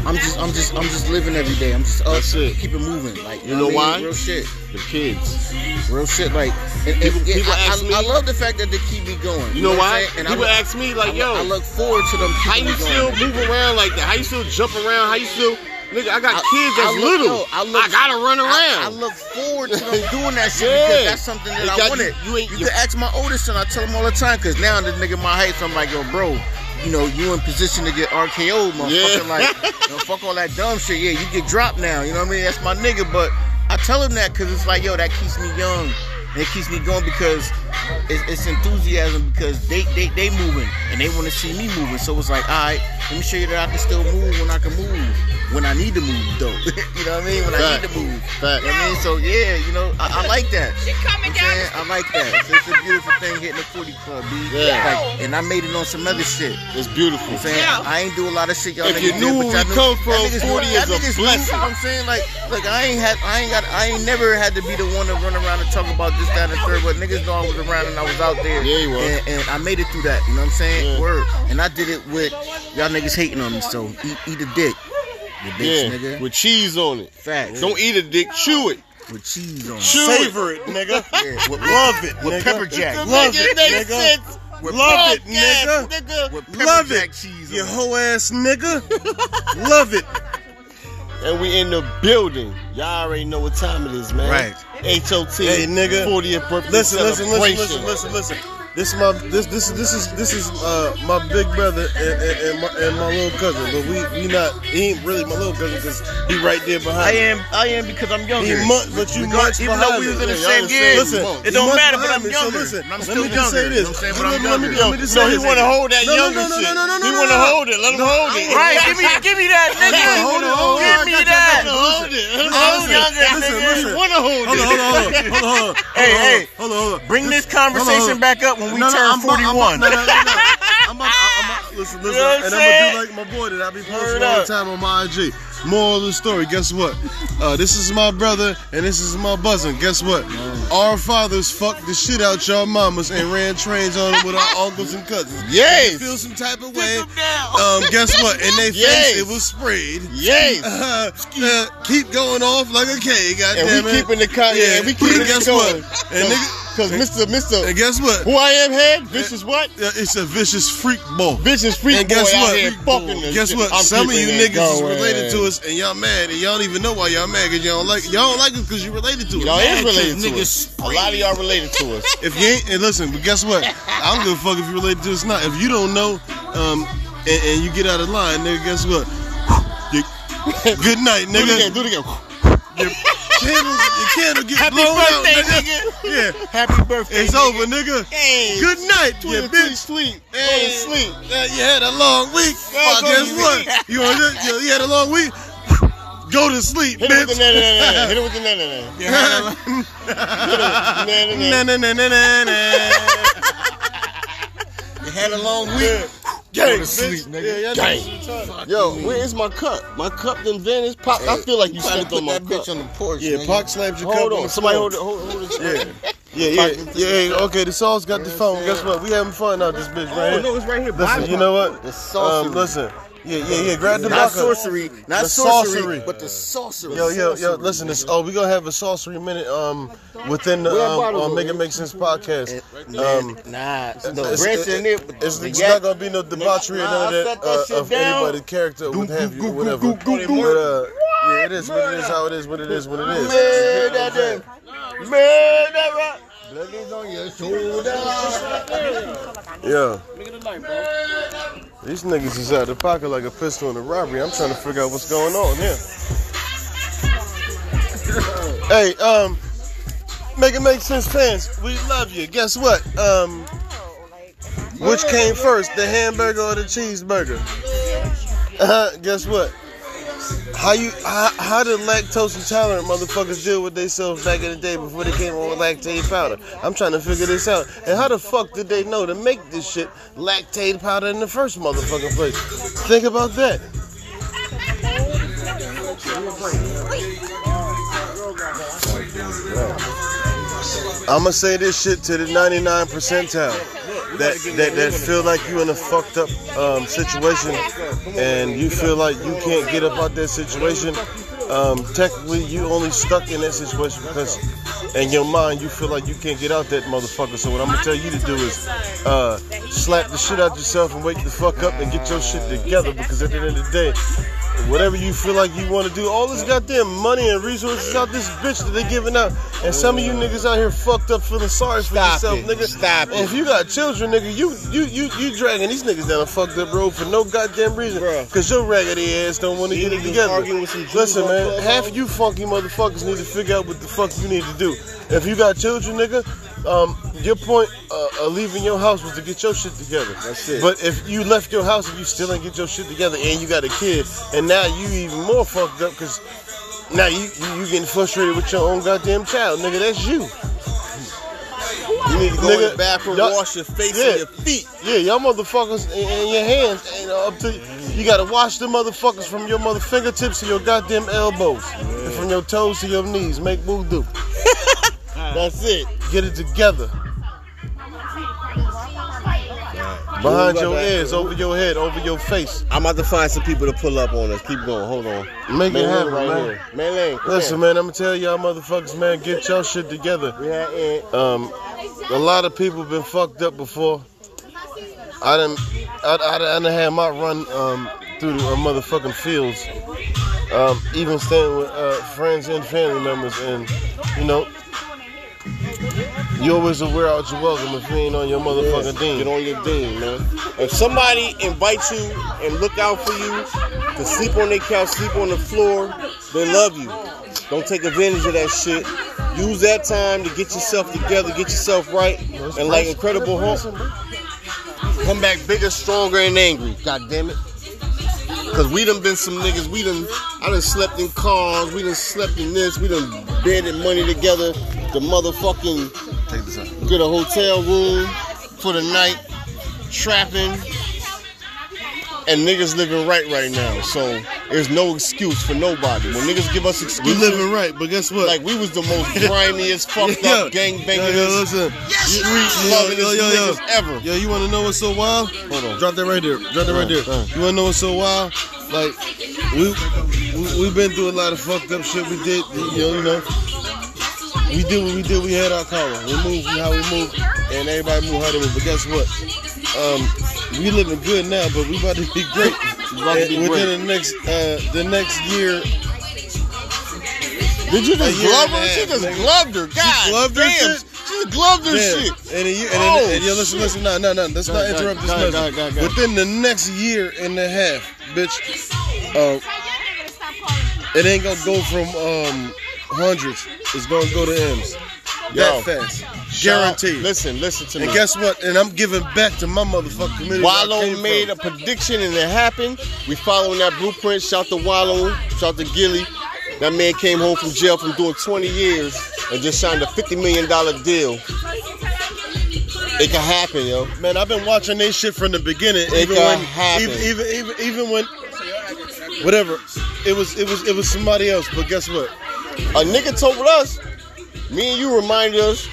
Speaker 3: I'm just, I'm just, I'm just living every day. I'm just up,
Speaker 1: That's it.
Speaker 3: keep it moving. Like,
Speaker 1: You know
Speaker 3: what I mean?
Speaker 1: why?
Speaker 3: Real shit,
Speaker 1: The kids.
Speaker 3: real shit. Like, and, and-
Speaker 1: People-
Speaker 3: yeah,
Speaker 1: people
Speaker 3: I,
Speaker 1: ask
Speaker 3: I-
Speaker 1: me-
Speaker 3: I love the fact that they keep me going.
Speaker 1: You know
Speaker 3: what I'm
Speaker 1: why?
Speaker 3: saying? And I
Speaker 1: People
Speaker 3: look-
Speaker 1: ask me
Speaker 3: I,
Speaker 1: like,
Speaker 3: look-
Speaker 1: yo,
Speaker 3: I look forward to them.
Speaker 1: how
Speaker 3: keeping
Speaker 1: you
Speaker 3: me
Speaker 1: still
Speaker 3: going.
Speaker 1: move around like that? How you still jump around? How you still, nigga? I got
Speaker 3: I-
Speaker 1: kids that's
Speaker 3: I look-
Speaker 1: little.
Speaker 3: yo,
Speaker 1: I,
Speaker 3: I look-
Speaker 1: gotta run
Speaker 3: I, I
Speaker 1: around.
Speaker 3: look forward to them doing that shit
Speaker 1: Yeah.
Speaker 3: because that's something that
Speaker 1: It
Speaker 3: I
Speaker 1: got you-
Speaker 3: wanted. You,
Speaker 1: you ain't- you-
Speaker 3: can ask my oldest son. I tell him all the time because now the nigga my height, so I'm like, yo, bro, you know, you in position to get RKO, motherfucker.
Speaker 1: Yeah.
Speaker 3: Like, yo, fuck all that dumb shit. Yeah, you get dropped now. You know what I mean? That's my nigga. But I tell him that because it's like, yo, that keeps me young. And it keeps me going because it's, it's enthusiasm because they, they they moving and they want to see me moving. So it's like, all right, let me show you that I can still move when I can move when I need to move though. you know what I mean? When I need
Speaker 1: Fact.
Speaker 3: to move.
Speaker 1: Fact.
Speaker 3: You know what I mean? So yeah, you know, I, I like that.
Speaker 8: She coming
Speaker 3: You know what I'm
Speaker 8: down.
Speaker 3: saying? I like that. It's, it's a beautiful thing hitting the 40 club, B.
Speaker 1: Yeah.
Speaker 3: Like, and I made it on some other shit. You know
Speaker 1: It's beautiful.
Speaker 3: what I'm saying?
Speaker 8: Yeah.
Speaker 3: I ain't do a lot of shit y'all
Speaker 1: If
Speaker 3: niggas
Speaker 1: you knew where
Speaker 3: did, but y'all
Speaker 1: we
Speaker 3: knew-
Speaker 1: come from,
Speaker 3: y'all niggas knew-
Speaker 1: 40 is
Speaker 3: y'all
Speaker 1: a
Speaker 3: niggas knew,
Speaker 1: blessing.
Speaker 3: You know what I'm saying? Like, like I ain't had, I ain't got, I ain't never had to be the one to run around and talk about this, that, and the third, but niggas know I was around and I was out there.
Speaker 1: Yeah, you was.
Speaker 3: And, and I made it through that, you know what I'm saying?
Speaker 1: Yeah.
Speaker 3: Word. And I did it with y'all niggas hating on me, so eat, eat a dick. You bitch,
Speaker 1: Yeah,
Speaker 3: nigga.
Speaker 1: with cheese on it.
Speaker 3: Facts.
Speaker 1: Don't eat a dick, chew it.
Speaker 3: with cheese on it.
Speaker 1: Chew
Speaker 2: Savor it, nigga.
Speaker 3: Yeah, with,
Speaker 2: Love it,
Speaker 3: with
Speaker 2: nigga.
Speaker 3: pepper jack.
Speaker 2: Love it,
Speaker 1: Make
Speaker 2: nigga.
Speaker 1: sense.
Speaker 2: Love it,
Speaker 1: Yes,
Speaker 2: nigga.
Speaker 1: nigga.
Speaker 3: With pepper
Speaker 2: Love
Speaker 3: jack
Speaker 2: it.
Speaker 3: cheese
Speaker 2: You
Speaker 3: on it.
Speaker 2: hoe ass nigga. Love it.
Speaker 1: And we in the building. Y'all already know what time it is, man.
Speaker 2: Right.
Speaker 1: HOT.
Speaker 2: Hey, nigga.
Speaker 1: 40th birthday.
Speaker 2: Listen, listen, listen,
Speaker 1: celebration.
Speaker 2: listen, listen, listen. This my this this this is this is uh my big brother and, and, and, my, and my little cousin, but we we not he ain't really my little cousin because he right there
Speaker 3: I
Speaker 2: behind. me.
Speaker 3: am, I am because I'm younger.
Speaker 2: He months, but you
Speaker 3: Because
Speaker 2: months behind
Speaker 3: even though
Speaker 2: me.
Speaker 3: we was in the
Speaker 2: Yeah,
Speaker 3: same
Speaker 2: y'all
Speaker 3: year,
Speaker 2: listen,
Speaker 3: it
Speaker 2: you
Speaker 3: don't
Speaker 2: months
Speaker 3: matter, but
Speaker 2: behind
Speaker 3: I'm
Speaker 2: me, so
Speaker 3: younger,
Speaker 2: listen,
Speaker 3: and I'm
Speaker 2: let
Speaker 3: still
Speaker 2: me just say
Speaker 3: younger,
Speaker 2: this.
Speaker 3: you know what I'm saying? But
Speaker 2: Let
Speaker 3: I'm
Speaker 2: me- let me-
Speaker 3: younger.
Speaker 1: Yo,
Speaker 2: let me
Speaker 1: no,
Speaker 2: just say
Speaker 1: he
Speaker 2: this.
Speaker 1: want to hold that
Speaker 2: No, no,
Speaker 1: younger
Speaker 2: no, no,
Speaker 1: shit.
Speaker 2: no, no, no,
Speaker 1: he
Speaker 2: no,
Speaker 1: want to
Speaker 2: no.
Speaker 1: hold it. Let him hold it.
Speaker 3: Right, give me, give me that,
Speaker 1: Let him
Speaker 3: nigga.
Speaker 1: hold it. Hold it.
Speaker 3: Give me that.
Speaker 1: Hold it. Let him
Speaker 2: Listen,
Speaker 1: hold it.
Speaker 2: listen, listen.
Speaker 1: want to hold
Speaker 2: Hold
Speaker 1: it.
Speaker 2: on, hold on, hold on, hold on, hold on.
Speaker 3: Hey, hey.
Speaker 2: hold on, hold on.
Speaker 3: Bring this
Speaker 2: Hold on.
Speaker 3: conversation back up when we turn
Speaker 2: about- I'm about-
Speaker 3: 41.
Speaker 2: no, no, no, no. I'm about, I'm about, listen, listen,
Speaker 3: know
Speaker 2: and
Speaker 3: what I'm
Speaker 2: I'm
Speaker 3: saying?
Speaker 2: gonna do like my boy that I be
Speaker 3: Word
Speaker 2: posting all the
Speaker 3: up.
Speaker 2: time on my IG. Moral of the story, guess what? Uh, this is my brother and this is my cousin. Guess what? Our fathers fucked the shit out y'all mamas and ran trains on them with our uncles and cousins.
Speaker 1: Yes.
Speaker 2: Feel some type of way. Um, guess what? In they face,
Speaker 1: Yes.
Speaker 2: it was sprayed.
Speaker 1: Yes.
Speaker 2: Uh, uh, keep going off like a K,
Speaker 1: And
Speaker 2: goddamn
Speaker 1: we keeping the con- yeah, we keeping
Speaker 2: and guess
Speaker 1: it going.
Speaker 2: What? And, nigga,
Speaker 1: Because Mr. Mr.
Speaker 2: and guess what?
Speaker 1: Who I am head, vicious what?
Speaker 2: Yeah, It's a vicious freak ball.
Speaker 1: Vicious freak
Speaker 2: and guess
Speaker 1: boy
Speaker 2: what?
Speaker 1: out here fucking this
Speaker 2: guess
Speaker 1: shit.
Speaker 2: what?
Speaker 1: I'm
Speaker 2: Some of you
Speaker 1: keeping it
Speaker 2: niggas is
Speaker 1: going.
Speaker 2: related to us, and y'all mad, and y'all don't even know why y'all mad because y'all don't like y'all don't like us because you related to us.
Speaker 1: Y'all is related to us. A lot of y'all related to us.
Speaker 2: If you ain't, and listen, but guess what? I don't give a fuck if you related to us or not. If you don't know, um, and, and you get out of line, nigga, guess what? You- good night,
Speaker 1: Do it again. Do
Speaker 2: nigga.
Speaker 1: it again.
Speaker 2: Your candle, your candle get blown out, nigga. Yeah,
Speaker 1: Happy birthday.
Speaker 2: it's over, nigga.
Speaker 1: Hey.
Speaker 2: Good night, you
Speaker 1: Twenty
Speaker 2: bitch.
Speaker 1: sleep.
Speaker 2: Hey,
Speaker 1: Go to sleep.
Speaker 2: Yeah, you had a long week.
Speaker 1: Yeah,
Speaker 2: Well,
Speaker 1: go
Speaker 2: guess
Speaker 1: to
Speaker 2: what? You, wanna- you, you had a long week. Go to sleep,
Speaker 1: Hit it
Speaker 2: bitch.
Speaker 1: with the na na na. Hit it with the na na na. Hit it with the
Speaker 2: Na,
Speaker 1: na na na.
Speaker 2: na, na, na, na, na.
Speaker 3: You had a long
Speaker 1: Yeah.
Speaker 3: Go
Speaker 1: Gang,
Speaker 3: to sleep,
Speaker 1: bitch.
Speaker 3: nigga.
Speaker 1: Yeah, Gang. Yo, where is my cup? My cup done vanished. Pop, I feel like you
Speaker 3: gotta
Speaker 1: stepped
Speaker 3: put
Speaker 1: on my
Speaker 3: that bitch
Speaker 1: cup.
Speaker 3: on the porch.
Speaker 2: Yeah,
Speaker 3: nigga.
Speaker 2: Pac slapped your
Speaker 1: Hold
Speaker 2: cup
Speaker 1: on,
Speaker 2: the
Speaker 1: somebody
Speaker 2: floor.
Speaker 1: hold it, hold, hold it.
Speaker 2: Yeah. Yeah, yeah, yeah, yeah. Okay, the sauce got the phone. Guess what? We having fun out this bitch Oh, right here.
Speaker 3: it's right here.
Speaker 2: Listen, you know what?
Speaker 3: The sauce.
Speaker 2: Um, listen, Yeah, yeah, yeah. Grab the
Speaker 1: Not
Speaker 2: bucket.
Speaker 1: sorcery, not
Speaker 2: The
Speaker 1: sorcery,
Speaker 2: sorcery.
Speaker 1: but the sorcery.
Speaker 2: Yo, yo, yo! Listen, this. Oh, we gonna have a sorcery minute. Um, within the
Speaker 1: Where
Speaker 2: um,
Speaker 1: bottles
Speaker 2: on
Speaker 1: at,
Speaker 2: Make It
Speaker 1: man?
Speaker 2: Make Sense podcast. Um,
Speaker 1: Um, nah, no,
Speaker 2: it's,
Speaker 1: Brent's in there.
Speaker 2: it- it's, it's not gonna be no debauchery or
Speaker 1: Nah,
Speaker 2: none
Speaker 1: I
Speaker 2: of
Speaker 1: shut
Speaker 2: that,
Speaker 1: that
Speaker 2: uh,
Speaker 1: shit
Speaker 2: of
Speaker 1: down.
Speaker 2: anybody's character, or what have you, or whatever.
Speaker 1: do, do, do, do.
Speaker 2: But, uh, yeah, it is what it is. How it is, what it is, what it is.
Speaker 1: Murderer, murderer.
Speaker 2: Yeah. These niggas is out of pocket like a pistol in a robbery. I'm trying to figure out what's going on here. hey, um, make it make sense, fans. We love you. Guess what? Um, which came first, the hamburger or the cheeseburger? Uh, guess what? How you how, how did lactose intolerant motherfuckers deal with themselves back in the day before they came on with lactate powder? I'm trying to figure this out. And how the fuck did they know to make this shit lactate powder in the first motherfucking place? Think about that. I'ma say this shit to the 99 percentile that, that that feel like you in a fucked up um, situation and you feel like you can't get up out that situation. Um, technically, you only stuck in that situation because in your mind you feel like you can't get out that motherfucker. So what I'm gonna tell you to do is uh, slap the shit out yourself and wake the fuck up and get your shit together because at the end of the day, whatever you feel like you want to do. All this goddamn money and resources out this bitch that they giving out, and some of you niggas out here fucked up feeling sorry for
Speaker 1: Stop
Speaker 2: yourself,
Speaker 1: it.
Speaker 2: nigga.
Speaker 1: Stop
Speaker 2: And if you got children, nigga, you you you you dragging these niggas down a fucked up road for no goddamn reason,
Speaker 1: Bruh.
Speaker 2: cause your raggedy ass don't want to get it
Speaker 1: niggas
Speaker 2: together.
Speaker 1: arguing with some Jews
Speaker 2: Listen,
Speaker 1: on
Speaker 2: man,
Speaker 1: Clubhouse.
Speaker 2: half of you funky motherfuckers need to figure out what the fuck you need to do. If you got children, nigga. Um, your point uh, of leaving your house was to get your shit together.
Speaker 1: That's it.
Speaker 2: But but if you left your house and you still ain't get your shit together and you got a kid and now you even more fucked up because now you, you you getting frustrated with your own goddamn child, nigga. That's you.
Speaker 1: You need to go in
Speaker 2: Nigga,
Speaker 1: the bathroom,
Speaker 2: y'all-
Speaker 1: wash your face
Speaker 2: yeah.
Speaker 1: and your feet.
Speaker 2: Yeah, y'all motherfuckers and, and your hands ain't up to you. gotta wash the motherfuckers from your mother fingertips to your goddamn elbows, and from your toes to your knees. Make voodoo.
Speaker 1: That's it.
Speaker 2: Get it together. Behind your ears, over your head, over your face.
Speaker 1: I'm about to find some people to pull up on us. Keep going. Hold on.
Speaker 2: Make it
Speaker 1: Lane
Speaker 2: happen, man.
Speaker 1: here. Man, Lane, come
Speaker 2: Listen,
Speaker 1: here.
Speaker 2: man, I'm gonna tell y'all motherfuckers, man, get y'all shit together.
Speaker 1: We had Ant.
Speaker 2: Um, a lot of people been fucked up before. I done, I, I, done- I done had my run um, through the uh, motherfucking fields. Um, even staying with uh, friends and family members, and you know, you always aware out your welcome if you ain't on your motherfucking dean.
Speaker 1: Get on your dean, man. If somebody invites you and look out for you, to sleep on their couch, sleep on the floor, they love you. Don't take advantage of that shit. Use that time to get yourself together, get yourself right, and like Incredible Hulk, come back bigger, stronger, and angry. God damn it. Cause we done been some niggas, we done I done slept in cars, we done slept in this, we done banded money together, the motherfucking
Speaker 3: Take this out.
Speaker 1: get a hotel room for the night, trapping, and niggas living right right now. So there's no excuse for nobody. When niggas give us
Speaker 2: We
Speaker 1: excuses,
Speaker 2: living right, but guess what?
Speaker 1: like we was the most grimiest, fucked up, gangbangers,
Speaker 2: listen.
Speaker 1: street loving niggas ever.
Speaker 2: Yo, you wanna know what's so wild? Hold
Speaker 1: on.
Speaker 2: Drop that right there. Drop that right there.
Speaker 1: Uh, uh.
Speaker 2: You wanna know what's so wild? Like we we we been through a lot of fucked up shit. We did, you know. You know we did what we did. We had our collar. We moved how we moved, and everybody moved how they moved. But guess what? Um, we living good now, but we about to be great.
Speaker 1: about to be
Speaker 2: And within
Speaker 1: great.
Speaker 2: the next uh, the next year,
Speaker 1: Did you
Speaker 2: A
Speaker 1: just
Speaker 2: year
Speaker 1: glove
Speaker 2: and a
Speaker 1: her? She
Speaker 2: half,
Speaker 1: just
Speaker 2: nigga.
Speaker 1: gloved her. God
Speaker 2: gloved her
Speaker 1: damn.
Speaker 2: shit?
Speaker 1: She just gloved her
Speaker 2: Yeah.
Speaker 1: shit.
Speaker 2: And, then you, and,
Speaker 1: Oh,
Speaker 2: then, and yo, listen,
Speaker 1: shit.
Speaker 2: listen, no, no, no, let's
Speaker 1: Go
Speaker 2: not
Speaker 1: ahead, go
Speaker 2: interrupt this
Speaker 1: ahead, go ahead,
Speaker 2: message.
Speaker 1: go ahead, go ahead.
Speaker 2: Within the next year and a half, bitch, uh, it ain't gonna go from um, hundreds. It's gonna go to M's.
Speaker 1: Yo.
Speaker 2: That fast,
Speaker 1: Shout-
Speaker 2: guaranteed.
Speaker 1: Listen, listen to me.
Speaker 2: And guess what? And I'm giving back to my motherfucking community. where I came
Speaker 1: Wallow
Speaker 2: from.
Speaker 1: made a prediction and it happened. We following that blueprint. Shout to Wallow. Shout to Gilly. That man came home from jail from doing 20 years and just signed a $50 million deal. It can happen, yo.
Speaker 2: Man, I've been watching this shit from the beginning.
Speaker 1: It
Speaker 2: even
Speaker 1: gonna
Speaker 2: when,
Speaker 1: happen.
Speaker 2: Even, even even even when, whatever. It was it was it was somebody else. But guess what?
Speaker 1: A nigga told us, me and you reminded us,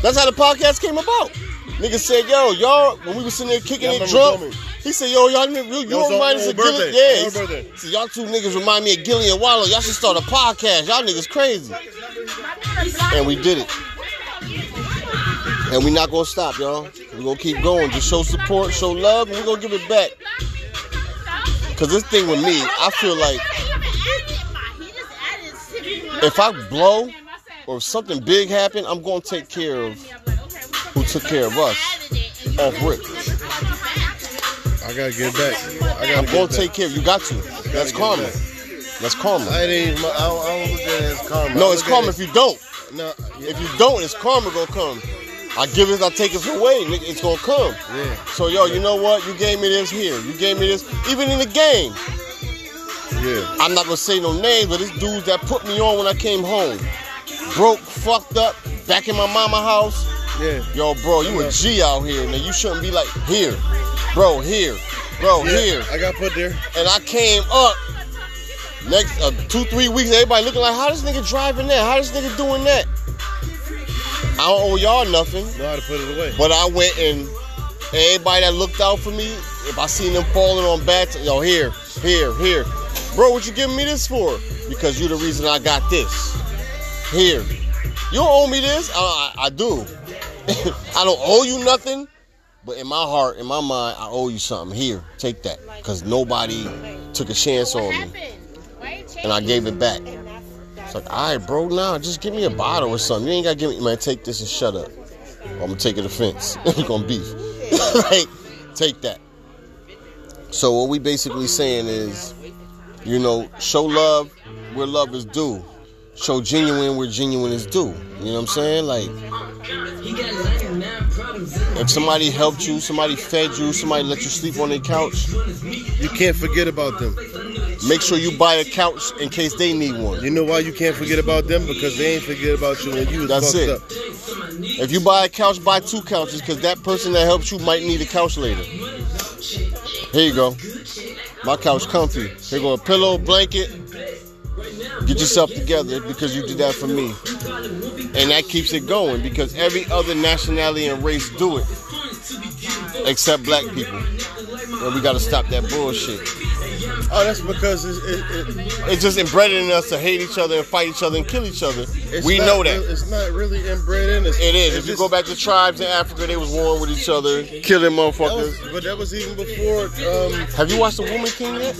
Speaker 1: that's how the podcast came about. Nigga said, yo, y'all, when we was sitting there kicking
Speaker 2: Y'all
Speaker 1: it
Speaker 2: remember
Speaker 1: drunk,
Speaker 2: Gomez?
Speaker 1: He said, "Yo, y'all, you, you
Speaker 2: That was
Speaker 1: remind us
Speaker 2: on
Speaker 1: of
Speaker 2: her
Speaker 1: Gillian?
Speaker 2: birthday.
Speaker 1: Yeah,
Speaker 2: On her
Speaker 1: he said-
Speaker 2: birthday.
Speaker 1: he said, y'all two niggas remind me of Gillian Wallow. Y'all should start a podcast. Y'all niggas crazy." And we did it. And we not gonna stop, y'all. we gonna keep going. Just show support, show love, and we gonna give it back. Cause this thing with me, I feel like if I blow or if something big happen, I'm gonna take care of who took care of us off rip.
Speaker 2: I gotta get back. I gotta
Speaker 1: I'm
Speaker 2: get
Speaker 1: gonna
Speaker 2: back.
Speaker 1: take care of you. Got to. That's
Speaker 2: get
Speaker 1: karma.
Speaker 2: back.
Speaker 1: That's karma.
Speaker 2: I ain't even. I don't, I don't look at it as karma. I
Speaker 1: No,
Speaker 2: look
Speaker 1: it's
Speaker 2: at
Speaker 1: karma
Speaker 2: it-
Speaker 1: if you don't.
Speaker 2: No, yeah,
Speaker 1: If you don't, it's karma gonna come. I give it, I take it away. nigga, It's gonna come.
Speaker 2: yeah,
Speaker 1: So yo, you know what? You gave me this here. You gave me this. Even in the game,
Speaker 2: yeah.
Speaker 1: I'm not gonna say no names, but it's dudes that put me on when I came home. Broke, fucked up, back in my mama house.
Speaker 2: yeah.
Speaker 1: Yo, bro, you a G out here, man. You shouldn't be like here, bro, here, bro,
Speaker 2: Yeah,
Speaker 1: here.
Speaker 2: I got put there.
Speaker 1: and I came up next uh, two three weeks. Everybody looking like, how this nigga driving that? How this nigga doing that? I don't owe y'all nothing,
Speaker 2: Know how to put it away.
Speaker 1: but I went and everybody that looked out for me. If I seen them falling on bats, yo, here, here, here, bro, what you giving me this for? Because you the reason I got this. Here, you don't owe me this. I, I, I do. I don't owe you nothing. But in my heart, in my mind, I owe you something. Here, take that. Because nobody took a chance on me. And I gave it back. It's like, all right, bro, now just give me a bottle or something. You ain't got to give me, man, take this and shut up. I'm going to take it offense. We're going to beef. like, take that. So, what we basically saying is, you know, show love where love is due. Show genuine where genuine is due. You know what I'm saying? Like, if somebody helped you, somebody fed you, somebody let you sleep on their couch,
Speaker 2: You can't forget about them.
Speaker 1: make sure you buy a couch in case they need one.
Speaker 2: You know why you can't forget about them? Because they ain't forget about you when you was
Speaker 1: That's
Speaker 2: fucked
Speaker 1: it.
Speaker 2: up.
Speaker 1: If you buy a couch, buy two couches because that person that helps you might need a couch later. Here you go. My couch comfy. Here go a pillow, blanket. Get yourself together because you did that for me. And that keeps it going because every other nationality and race do it except black people. And we got to stop that bullshit.
Speaker 2: Oh, that's because it's, it, it,
Speaker 1: It's just inbred in us to hate each other and fight each other and kill each other.
Speaker 2: it's
Speaker 1: we
Speaker 2: not
Speaker 1: know
Speaker 2: real-
Speaker 1: that.
Speaker 2: it's not really inbred in us.
Speaker 1: It is.
Speaker 2: It's
Speaker 1: If you
Speaker 2: just-
Speaker 1: go back to tribes in Africa, they was warring with each other, killing
Speaker 2: that was,
Speaker 1: motherfuckers.
Speaker 2: but that was even before. Um,
Speaker 1: Have you watched The Woman King yet?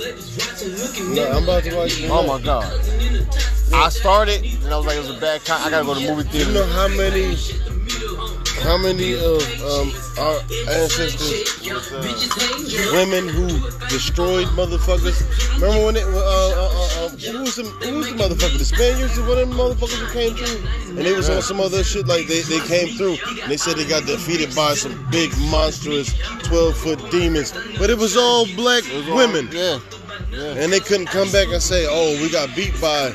Speaker 2: no, I'm about to watch.
Speaker 1: Oh my god. I started and I was like, it was a bad. Con- I gotta go to the movie
Speaker 2: You know
Speaker 1: theater.
Speaker 2: how many, how many of um, our ancestors, was, uh, women who destroyed motherfuckers. Remember when it, uh, uh, uh, uh, who was the, who was the motherfucker? The Spaniards or one of them motherfuckers who came through, and they was on some other shit like they, they came through and they said they got defeated by some big monstrous twelve foot demons, but it was all black women,
Speaker 1: Yeah,
Speaker 2: and they couldn't come back and say, oh, we got beat by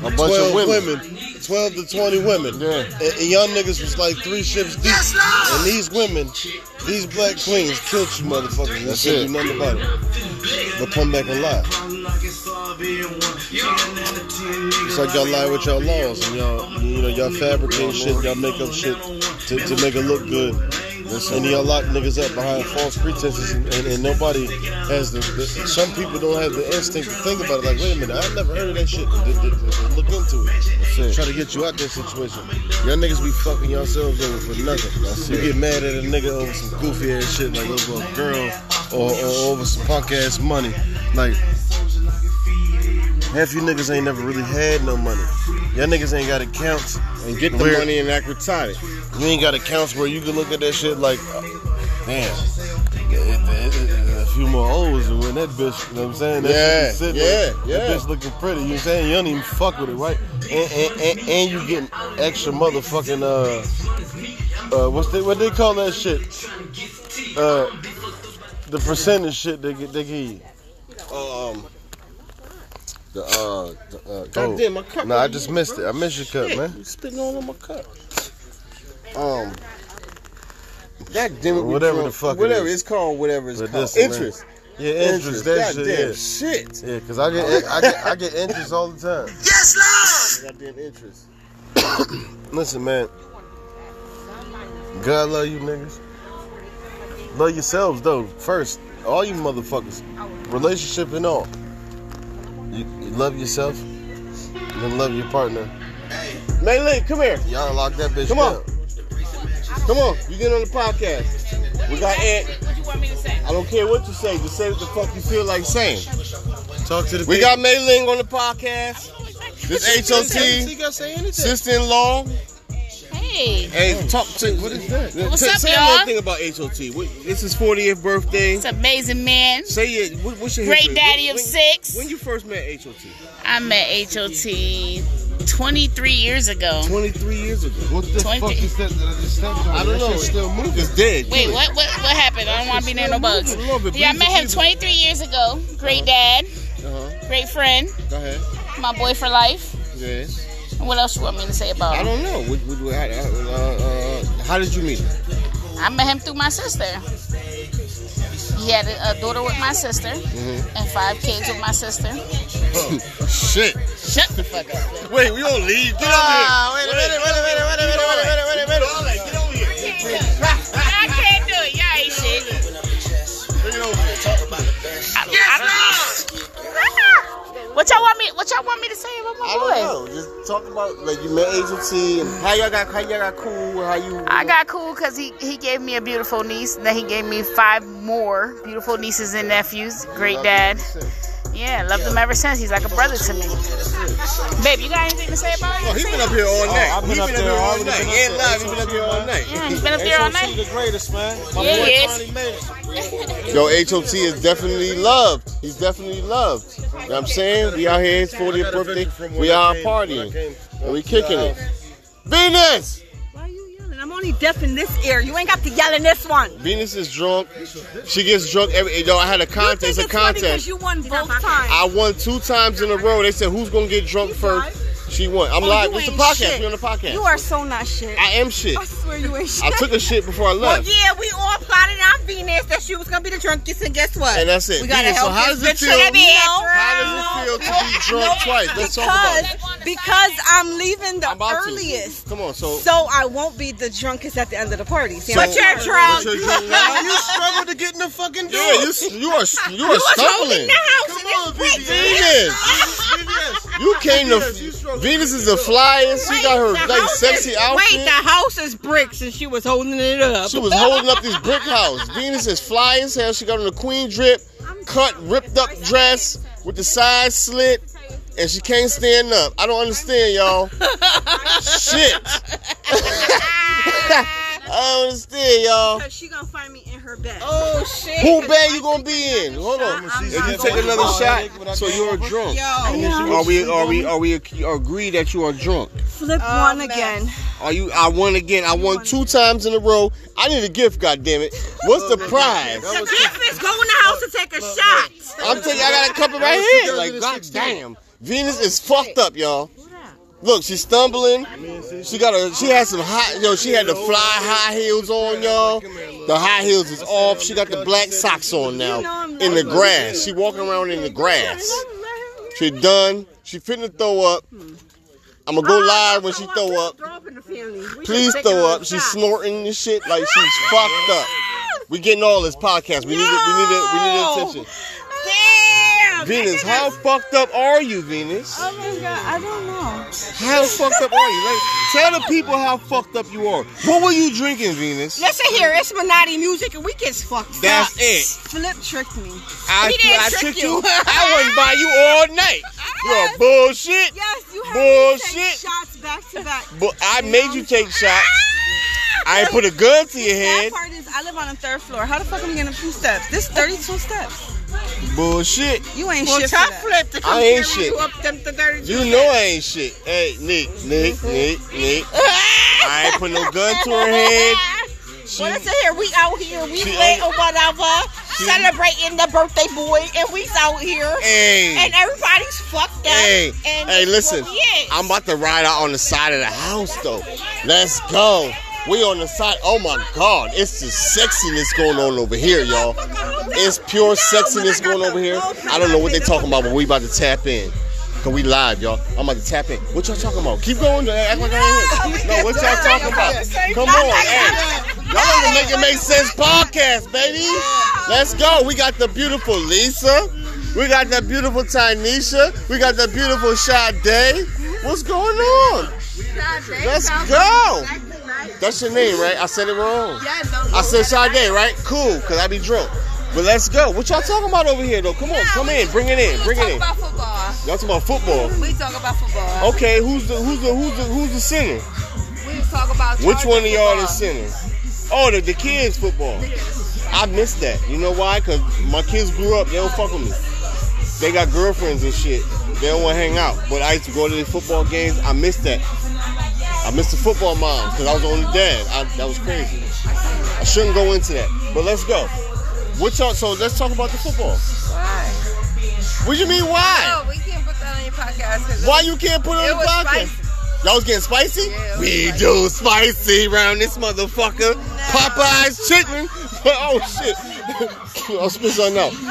Speaker 1: a bunch
Speaker 2: 12
Speaker 1: of women.
Speaker 2: women. 12 to 20 women.
Speaker 1: Yeah.
Speaker 2: And, and y'all niggas was like three ships deep. and these women, these black queens, killed you motherfuckers.
Speaker 1: That's
Speaker 2: That's it.
Speaker 1: it.
Speaker 2: Do nothing about it. But come back and lie. It's like y'all lie with y'all laws and y'all, you know, y'all fabricate shit, y'all make up shit to, to make it look good. And y'all lock niggas up behind false pretenses, and, and, and nobody has the, the. Some people don't have the instinct to think about it. Like, wait a minute, I never heard of that shit. Th- th- th- th- Look into it.
Speaker 1: it.
Speaker 2: Try to get you out that situation. Y'all niggas be fucking yourselves over for nothing. you get mad at a nigga over some goofy ass shit, like over a girl, or, or over some punk ass money. Like, half you niggas ain't never really had no money. Y'all niggas ain't got accounts.
Speaker 1: And get the
Speaker 2: Where-
Speaker 1: money and act retarded.
Speaker 2: You ain't got accounts where you can look at that shit like, uh, damn. A few more O's and when that bitch, you know what I'm saying? That
Speaker 1: Yeah,
Speaker 2: shit be sitting
Speaker 1: yeah,
Speaker 2: there.
Speaker 1: yeah.
Speaker 2: That bitch looking pretty, you know what I'm saying? You don't even fuck with it, right? And, and, and, and you getting extra motherfucking, uh, uh, what's they, what they call that shit? Uh, the percentage shit they, get- they give you. Uh,
Speaker 1: Um, the uh, the, uh
Speaker 2: Oh,
Speaker 1: goddamn, my cup.
Speaker 2: Nah, I just missed it. I missed your cup, man.
Speaker 1: You spitting all on my cup. Um. That damn it, we
Speaker 2: Whatever
Speaker 1: drunk-
Speaker 2: the fuck it
Speaker 1: whatever
Speaker 2: is.
Speaker 1: it's called, whatever it's
Speaker 2: But
Speaker 1: called,
Speaker 2: this is-
Speaker 1: interest,
Speaker 2: Yeah, interest, that shit,
Speaker 1: goddamn
Speaker 2: yeah.
Speaker 1: shit.
Speaker 2: Yeah, cause I get, I get, I get interest all the time.
Speaker 1: Goddamn interest.
Speaker 2: Listen, man. God love you, niggas. Love yourselves though first. all you motherfuckers, relationship and all. You, you love yourself, then love your partner.
Speaker 1: Maylin, come here.
Speaker 2: Y'all lock that bitch
Speaker 1: Come
Speaker 2: down.
Speaker 1: on. Come on. You get on the podcast. We got Ant.
Speaker 8: What you want me to say?
Speaker 1: I don't care what you say. Just say what the fuck you feel like saying.
Speaker 2: Talk to the
Speaker 1: We got Mayling on the podcast. This HOT
Speaker 2: got say anything.
Speaker 1: sister-in-law.
Speaker 8: Hey.
Speaker 1: Hey, talk to what is that?
Speaker 8: What's
Speaker 1: Say-
Speaker 8: up,
Speaker 1: say
Speaker 8: y'all?
Speaker 1: one thing about HOT. What- It's his 40th birthday.
Speaker 8: It's amazing, man.
Speaker 1: Say it. What, what's your
Speaker 8: Great
Speaker 1: history?
Speaker 8: daddy of six.
Speaker 1: When you first met HOT,
Speaker 8: I met HOT 23 years ago.
Speaker 1: 23 years ago.
Speaker 2: What the
Speaker 8: Twenty.
Speaker 2: fuck is that that I just stepped on?
Speaker 1: I don't
Speaker 2: That
Speaker 1: know.
Speaker 2: shit's still moving.
Speaker 1: It's dead.
Speaker 8: Wait, what, what what happened? I don't want to be near no bugs.
Speaker 2: Moving a little bit.
Speaker 8: Yeah, I
Speaker 2: Breathe,
Speaker 8: met him
Speaker 2: breathe.
Speaker 8: 23 years ago. Great dad,
Speaker 1: Uh-huh.
Speaker 8: great friend,
Speaker 1: Go ahead.
Speaker 8: my boy for life.
Speaker 1: Yeah.
Speaker 8: And What else you want me to say about
Speaker 1: I
Speaker 8: him?
Speaker 1: don't know. What, what, what, how, uh, uh, how did you meet her?
Speaker 8: I met him through my sister. He had a, a daughter with my sister and five kids with my sister.
Speaker 1: Shit.
Speaker 8: Shut the fuck up.
Speaker 1: Wait, we don't leave. Get
Speaker 2: Ah,
Speaker 1: over here. Wait a minute, wait a minute, wait a minute, wait a minute, wait a minute. All right, get over here.
Speaker 8: I can't do it. Y'all ain't shit.
Speaker 1: Bring it over here.
Speaker 8: I- I- what y'all want me? What y'all want me to say about my
Speaker 1: I
Speaker 8: boy?
Speaker 1: don't know. Just talk about like you met agency and how y'all got how y'all got cool. How you?
Speaker 8: I got cool because he, he gave me a beautiful niece. and Then he gave me five more beautiful nieces and nephews. Great dad. Yeah, loved him ever since. He's like a brother to me. Babe, you got anything to say about
Speaker 1: Oh,
Speaker 8: him?
Speaker 1: he been up here all night.
Speaker 2: I've been
Speaker 1: he
Speaker 2: up
Speaker 1: been
Speaker 2: there
Speaker 1: up
Speaker 2: all
Speaker 1: here all
Speaker 2: the-
Speaker 1: night.
Speaker 2: been
Speaker 1: He ain't
Speaker 2: up
Speaker 1: live. He
Speaker 2: there.
Speaker 1: been up here all night.
Speaker 8: Mm, he's been up there all
Speaker 2: HOT
Speaker 8: night.
Speaker 2: the greatest, man. My
Speaker 8: Yeah,
Speaker 2: boy
Speaker 8: he is.
Speaker 2: finally made it.
Speaker 1: Yo, HOT is definitely loved. He's definitely loved. You know what I'm saying? We out here, his 40th birthday. We out partying. And we kicking it. Venus!
Speaker 6: Why are you yelling? I'm only deaf in this ear. You ain't got to yell in this one.
Speaker 1: Venus is drunk. She gets drunk every. Yo, I had a
Speaker 6: You
Speaker 1: contest.
Speaker 6: think
Speaker 1: A
Speaker 6: it's funny because
Speaker 1: contest.
Speaker 6: you won both times.
Speaker 1: I won two times in a row. They said, who's going to get drunk first? She won. I'm live.
Speaker 6: you
Speaker 1: It's the
Speaker 6: ain't
Speaker 1: podcast.
Speaker 6: shit.
Speaker 1: We on the podcast.
Speaker 5: You are so not shit.
Speaker 1: I am shit.
Speaker 5: I swear you ain't shit.
Speaker 1: I took a shit before I
Speaker 6: Well,
Speaker 1: left.
Speaker 6: Oh, yeah, we all plotted on Venus that she was gonna be the drunkest, and guess what?
Speaker 1: And that's it.
Speaker 6: We gotta
Speaker 1: Venus, so
Speaker 6: help
Speaker 1: how
Speaker 6: this
Speaker 1: does it
Speaker 6: bitch
Speaker 1: feel-
Speaker 6: to the end.
Speaker 1: How does it feel to be drunk twice? Let's talk about it.
Speaker 5: because, because I'm leaving the
Speaker 1: I'm about
Speaker 5: earliest.
Speaker 1: to. Come on, so.
Speaker 5: So I won't be the drunkest at the end of the party. See, I'm
Speaker 6: But you're
Speaker 1: But
Speaker 6: drunk.
Speaker 1: you're drunk now?
Speaker 2: You struggled to get in the fucking door.
Speaker 1: Yeah, you, you are you are stumbling.
Speaker 2: Come on, VVS.
Speaker 1: Venus,
Speaker 2: VVS.
Speaker 1: you came to
Speaker 2: Venus, you struggled
Speaker 1: Venus is the flyest. She got her like sexy
Speaker 6: Wait, the
Speaker 1: outfit.
Speaker 6: house is bricks, and she was holding it up.
Speaker 1: She was holding up this brick house. Venus is fly as hell. She got on a queen drip, cut, ripped up dress with the side slit, and she can't stand up. I don't understand, y'all. Shit. I don't understand, y'all.
Speaker 5: Because she gonna find me in her bed.
Speaker 6: Oh shit!
Speaker 1: Who bed you gonna be in? Hold on.
Speaker 5: I'm
Speaker 1: If
Speaker 5: not
Speaker 1: you take another
Speaker 2: going.
Speaker 1: shot, so you're drunk.
Speaker 6: Yo,
Speaker 1: Are we are we are we ac- agree that you are drunk?
Speaker 5: Flip
Speaker 6: Oh,
Speaker 5: one again.
Speaker 1: Are you? I won again. I won two times in a row. I need a gift. God damn it! What's the prize?
Speaker 6: the gift is go in the house to take a shot.
Speaker 1: I'm telling you, I got a cup in my hand. Like God damn, Venus is fucked up, y'all. Look, she's stumbling. She got a. She had some high. Yo, she had the fly high heels on, y'all. The high heels is off. She got the black socks on now in the grass. She walking around in the grass. She done. She finna throw up. I'm gonna go live when she throw up.
Speaker 6: Throw up in the family. We
Speaker 1: Please
Speaker 6: should take
Speaker 1: throw
Speaker 6: another
Speaker 1: up. She's
Speaker 6: shot.
Speaker 1: snorting and shit like she's fucked up. We getting all this podcast. We need it. We need it. We need attention.
Speaker 6: Damn.
Speaker 1: Venus, how fucked up are you, Venus?
Speaker 5: Oh my god, I don't know.
Speaker 1: How fucked up are you? Like, tell the people how fucked up you are. What were you drinking, Venus?
Speaker 6: Listen here, it's Minotti music, and we gets fucked
Speaker 1: That's
Speaker 6: up.
Speaker 1: it.
Speaker 5: Flip tricked me.
Speaker 1: I,
Speaker 6: He didn't
Speaker 1: I
Speaker 6: trick
Speaker 1: tricked
Speaker 6: you.
Speaker 1: I wouldn't buy you all night. You're bullshit.
Speaker 5: Yes, you heard me take
Speaker 1: Bullshit.
Speaker 5: shots back to back.
Speaker 1: But I made you take shots. I ain't put a gun to your
Speaker 5: That
Speaker 1: head.
Speaker 5: part is I live on the third floor. How the fuck am I getting two steps? This 32 steps.
Speaker 1: Bullshit.
Speaker 5: You ain't
Speaker 6: Well,
Speaker 5: shit for
Speaker 6: top
Speaker 5: that.
Speaker 6: flip to
Speaker 1: I
Speaker 6: come
Speaker 1: ain't
Speaker 6: carry
Speaker 1: shit.
Speaker 6: you up them to dirty.
Speaker 1: You know I ain't shit. Hey, Nick, Nick, Nick, Nick. I ain't put no gun to her head. She,
Speaker 6: Well, listen here, we out here, we
Speaker 1: She
Speaker 6: lit
Speaker 1: ain't-
Speaker 6: or whatever, celebrating the birthday boy, and we's out here,
Speaker 1: hey,
Speaker 6: and everybody's fucked up.
Speaker 1: hey,
Speaker 6: and
Speaker 1: hey,
Speaker 6: that's
Speaker 1: listen.
Speaker 6: where we at.
Speaker 1: I'm about to ride out on the side of the house, though. Let's go. We on the side. Oh my God, it's the sexiness going on over here, y'all. It's pure sexiness going over here. I don't know what they talking about, but we about to tap in. Cause we live, y'all. I'm about to tap in. What y'all talking about? Keep going. Act like I ain't here. No, what y'all talking about? Come on, hey. Y'all on the Make It Make Sense podcast, baby. Let's go. We got the beautiful Lisa. We got the beautiful Tynisha. We got the beautiful Sade. What's going on? Let's go. That's your name, right? I said it wrong. I said Sade, right? Cool, because I be drunk. But let's go. What y'all talking about over here, though? Come on, come in. Bring it in. Bring it in. Oh.
Speaker 6: about football.
Speaker 1: Y'all talking about football.
Speaker 6: We talk about football.
Speaker 1: Okay, who's the who's the who's the who's the center?
Speaker 6: We talk about
Speaker 1: Which one of y'all is center? Oh, the, the kids football. I missed that. You know why? Cause my kids grew up. They don't fuck with me. They got girlfriends and shit. They don't want to hang out. But I used to go to the football games. I missed that. I missed the football mom because I was the only dad. I, that was crazy. I shouldn't go into that. But let's go. What y'all? So let's talk about the football. What you mean why?
Speaker 6: No, we can't put that on your podcast. 'cause
Speaker 1: Why you can't put it on
Speaker 6: It
Speaker 1: the
Speaker 6: was
Speaker 1: podcast?
Speaker 6: spicy.
Speaker 1: Y'all was getting spicy?
Speaker 6: Yeah, it was
Speaker 1: we do spicy around this motherfucker. Popeye's chicken. oh shit. I'll spit something out.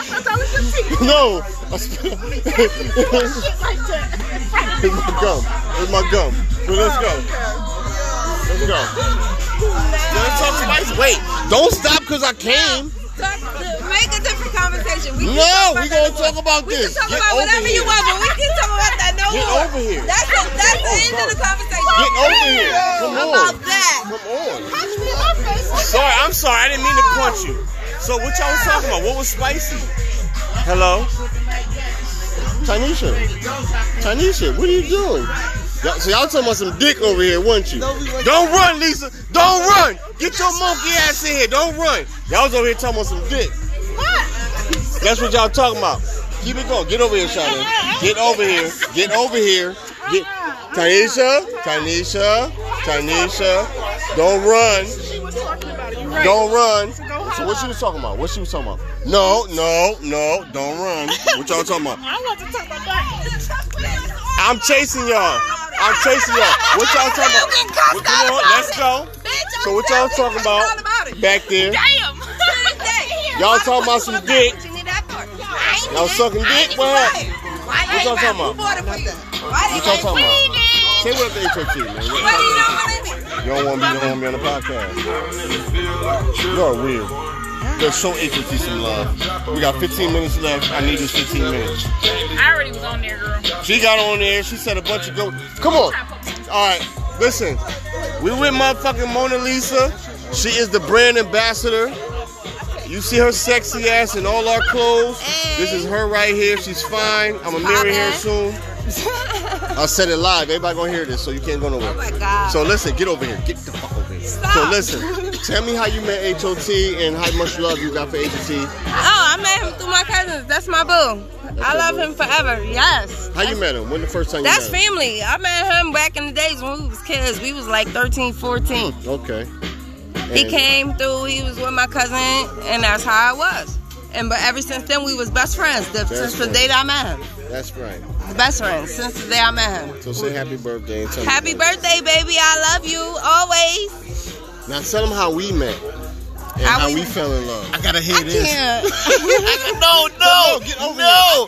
Speaker 1: no. I spit. it's my gum. It's my gum. So let's go. Let's go. Let's talk spicy. Wait, don't stop because I came.
Speaker 6: Talk, make a different conversation. We can
Speaker 1: No,
Speaker 6: talk about
Speaker 1: we gonna
Speaker 6: that.
Speaker 1: talk about
Speaker 6: We
Speaker 1: this.
Speaker 6: can talk
Speaker 1: Get
Speaker 6: about
Speaker 1: over
Speaker 6: whatever
Speaker 1: here.
Speaker 6: you want, but we can talk about that. No
Speaker 1: Get
Speaker 6: more.
Speaker 1: over here.
Speaker 6: That's the, that's the
Speaker 1: Oh,
Speaker 6: end of the
Speaker 1: sorry.
Speaker 6: conversation.
Speaker 1: Get over here. Come
Speaker 6: about
Speaker 1: on.
Speaker 6: that.
Speaker 1: Come on.
Speaker 6: That's
Speaker 7: Sorry, I'm sorry. I didn't mean to punch you. So what y'all was talking about? What was spicy? Hello.
Speaker 1: Tanisha. Tanisha, what are you doing? Y'all, so y'all talking about some dick over here, weren't you? Don't run, Lisa. Don't run. Get your monkey ass in here. Don't run. Y'all was over here talking about some dick. That's what y'all talking about. Keep it going. Get over here, Shana. Get over here. Get over here. Get Tanisha. Tanisha. Tanisha. Don't run. Don't run. So what she was talking about? What she was talking about? No, no, no. Don't run. What y'all talking about? I'm chasing y'all. I'm chasing y'all. What y'all talking about? What- come on, let's go. So what y'all talking about back there? Y'all talking about some dick. Y'all sucking dick? What happened? What y'all talking about? What y'all talking about? Say what up to HOT, man. What- You don't want me you don't want me on the podcast. You're weird. Yo, show HOT some love. We got 15 minutes left. I need this 15 minutes.
Speaker 8: I already was on there, girl.
Speaker 1: She got on there. She said a bunch of go. Come on. All right. Listen. We with motherfucking Mona Lisa. She is the brand ambassador. You see her sexy ass in all our clothes. This is her right here. She's fine. I'm gonna marry her soon. I said it live. Everybody gonna hear this, so you can't go nowhere.
Speaker 6: Oh my God.
Speaker 1: So listen, get over here. Get the fuck over here. So listen, tell me how you met HOT and how much love you got for HOT.
Speaker 6: Oh, I met him through my cousins. That's my boo. I love him forever. Yes.
Speaker 1: How you met him? When the first time you
Speaker 6: That's
Speaker 1: met him?
Speaker 6: family. I met him back in the days when we was kids. We was like 13, 14.
Speaker 1: Okay.
Speaker 6: He
Speaker 1: And-
Speaker 6: came through. He was with my cousin, and that's how I was. And but ever since then, we was best friends. The, since the
Speaker 1: friends.
Speaker 6: day that I met him,
Speaker 1: That's right.
Speaker 6: best friends since the day I met him.
Speaker 1: So say happy birthday and tell me-
Speaker 6: Happy birthday, baby! I love you always.
Speaker 1: Now tell them how we met and
Speaker 6: How
Speaker 1: how,
Speaker 6: we-
Speaker 1: we, fell in love.
Speaker 4: I gotta hear this.
Speaker 6: Yeah.
Speaker 1: No, no, Oh, get over no, here. no,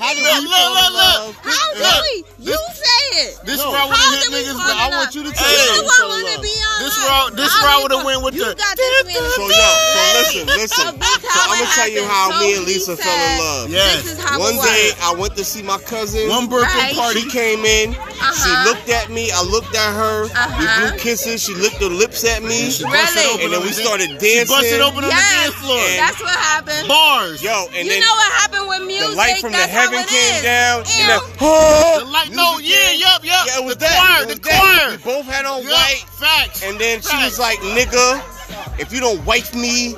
Speaker 1: look, look,
Speaker 6: How really? You say it.
Speaker 1: This
Speaker 4: is where I wanna
Speaker 6: How
Speaker 4: hit
Speaker 6: did we
Speaker 4: niggas,
Speaker 6: fall
Speaker 4: but I
Speaker 6: in
Speaker 4: want
Speaker 6: love?
Speaker 4: you to
Speaker 6: You
Speaker 4: tell
Speaker 1: me
Speaker 6: know
Speaker 1: we
Speaker 6: what
Speaker 1: fell in
Speaker 6: I want to
Speaker 1: love.
Speaker 6: be on.
Speaker 4: This
Speaker 6: love.
Speaker 4: round- this round
Speaker 6: How we
Speaker 4: would've
Speaker 6: fall-
Speaker 4: went with
Speaker 6: you
Speaker 4: the-
Speaker 6: Got this many
Speaker 1: So yo, so listen, listen. So
Speaker 6: A big
Speaker 1: I'm gonna
Speaker 6: holler
Speaker 1: tell you
Speaker 6: happened.
Speaker 1: how
Speaker 6: So
Speaker 1: me and
Speaker 6: he
Speaker 1: Lisa
Speaker 6: said,
Speaker 1: fell in love.
Speaker 4: Yes.
Speaker 6: This is how
Speaker 1: One
Speaker 6: it
Speaker 1: day
Speaker 6: was.
Speaker 1: I went to see my cousin.
Speaker 4: One birthday
Speaker 6: Right.
Speaker 4: party.
Speaker 1: She came in.
Speaker 6: Uh-huh.
Speaker 1: She looked at me. I looked at her.
Speaker 6: Uh-huh.
Speaker 1: We blew kisses. She licked her lips at me.
Speaker 6: Really?
Speaker 1: And then we started
Speaker 4: She
Speaker 1: dancing.
Speaker 4: busted open on
Speaker 6: Yes.
Speaker 4: the dance floor.
Speaker 1: And-
Speaker 6: That's what happened.
Speaker 4: Bars.
Speaker 1: Yo, and
Speaker 6: you
Speaker 1: then
Speaker 6: know what happened with music?
Speaker 1: the light from the
Speaker 6: That's
Speaker 1: heaven
Speaker 6: how it
Speaker 1: came
Speaker 6: is.
Speaker 1: down.
Speaker 6: Ew.
Speaker 1: And then, oh,
Speaker 4: The light. No,
Speaker 1: music
Speaker 4: yeah,
Speaker 1: came.
Speaker 4: yup, yup.
Speaker 1: Yeah, it was
Speaker 4: the
Speaker 1: that.
Speaker 4: choir.
Speaker 1: It was
Speaker 4: the
Speaker 1: that.
Speaker 4: choir.
Speaker 1: We both had on
Speaker 4: Yup,
Speaker 1: white.
Speaker 4: Facts.
Speaker 1: And then she
Speaker 4: Facts.
Speaker 1: was like, nigga, if you don't wipe me,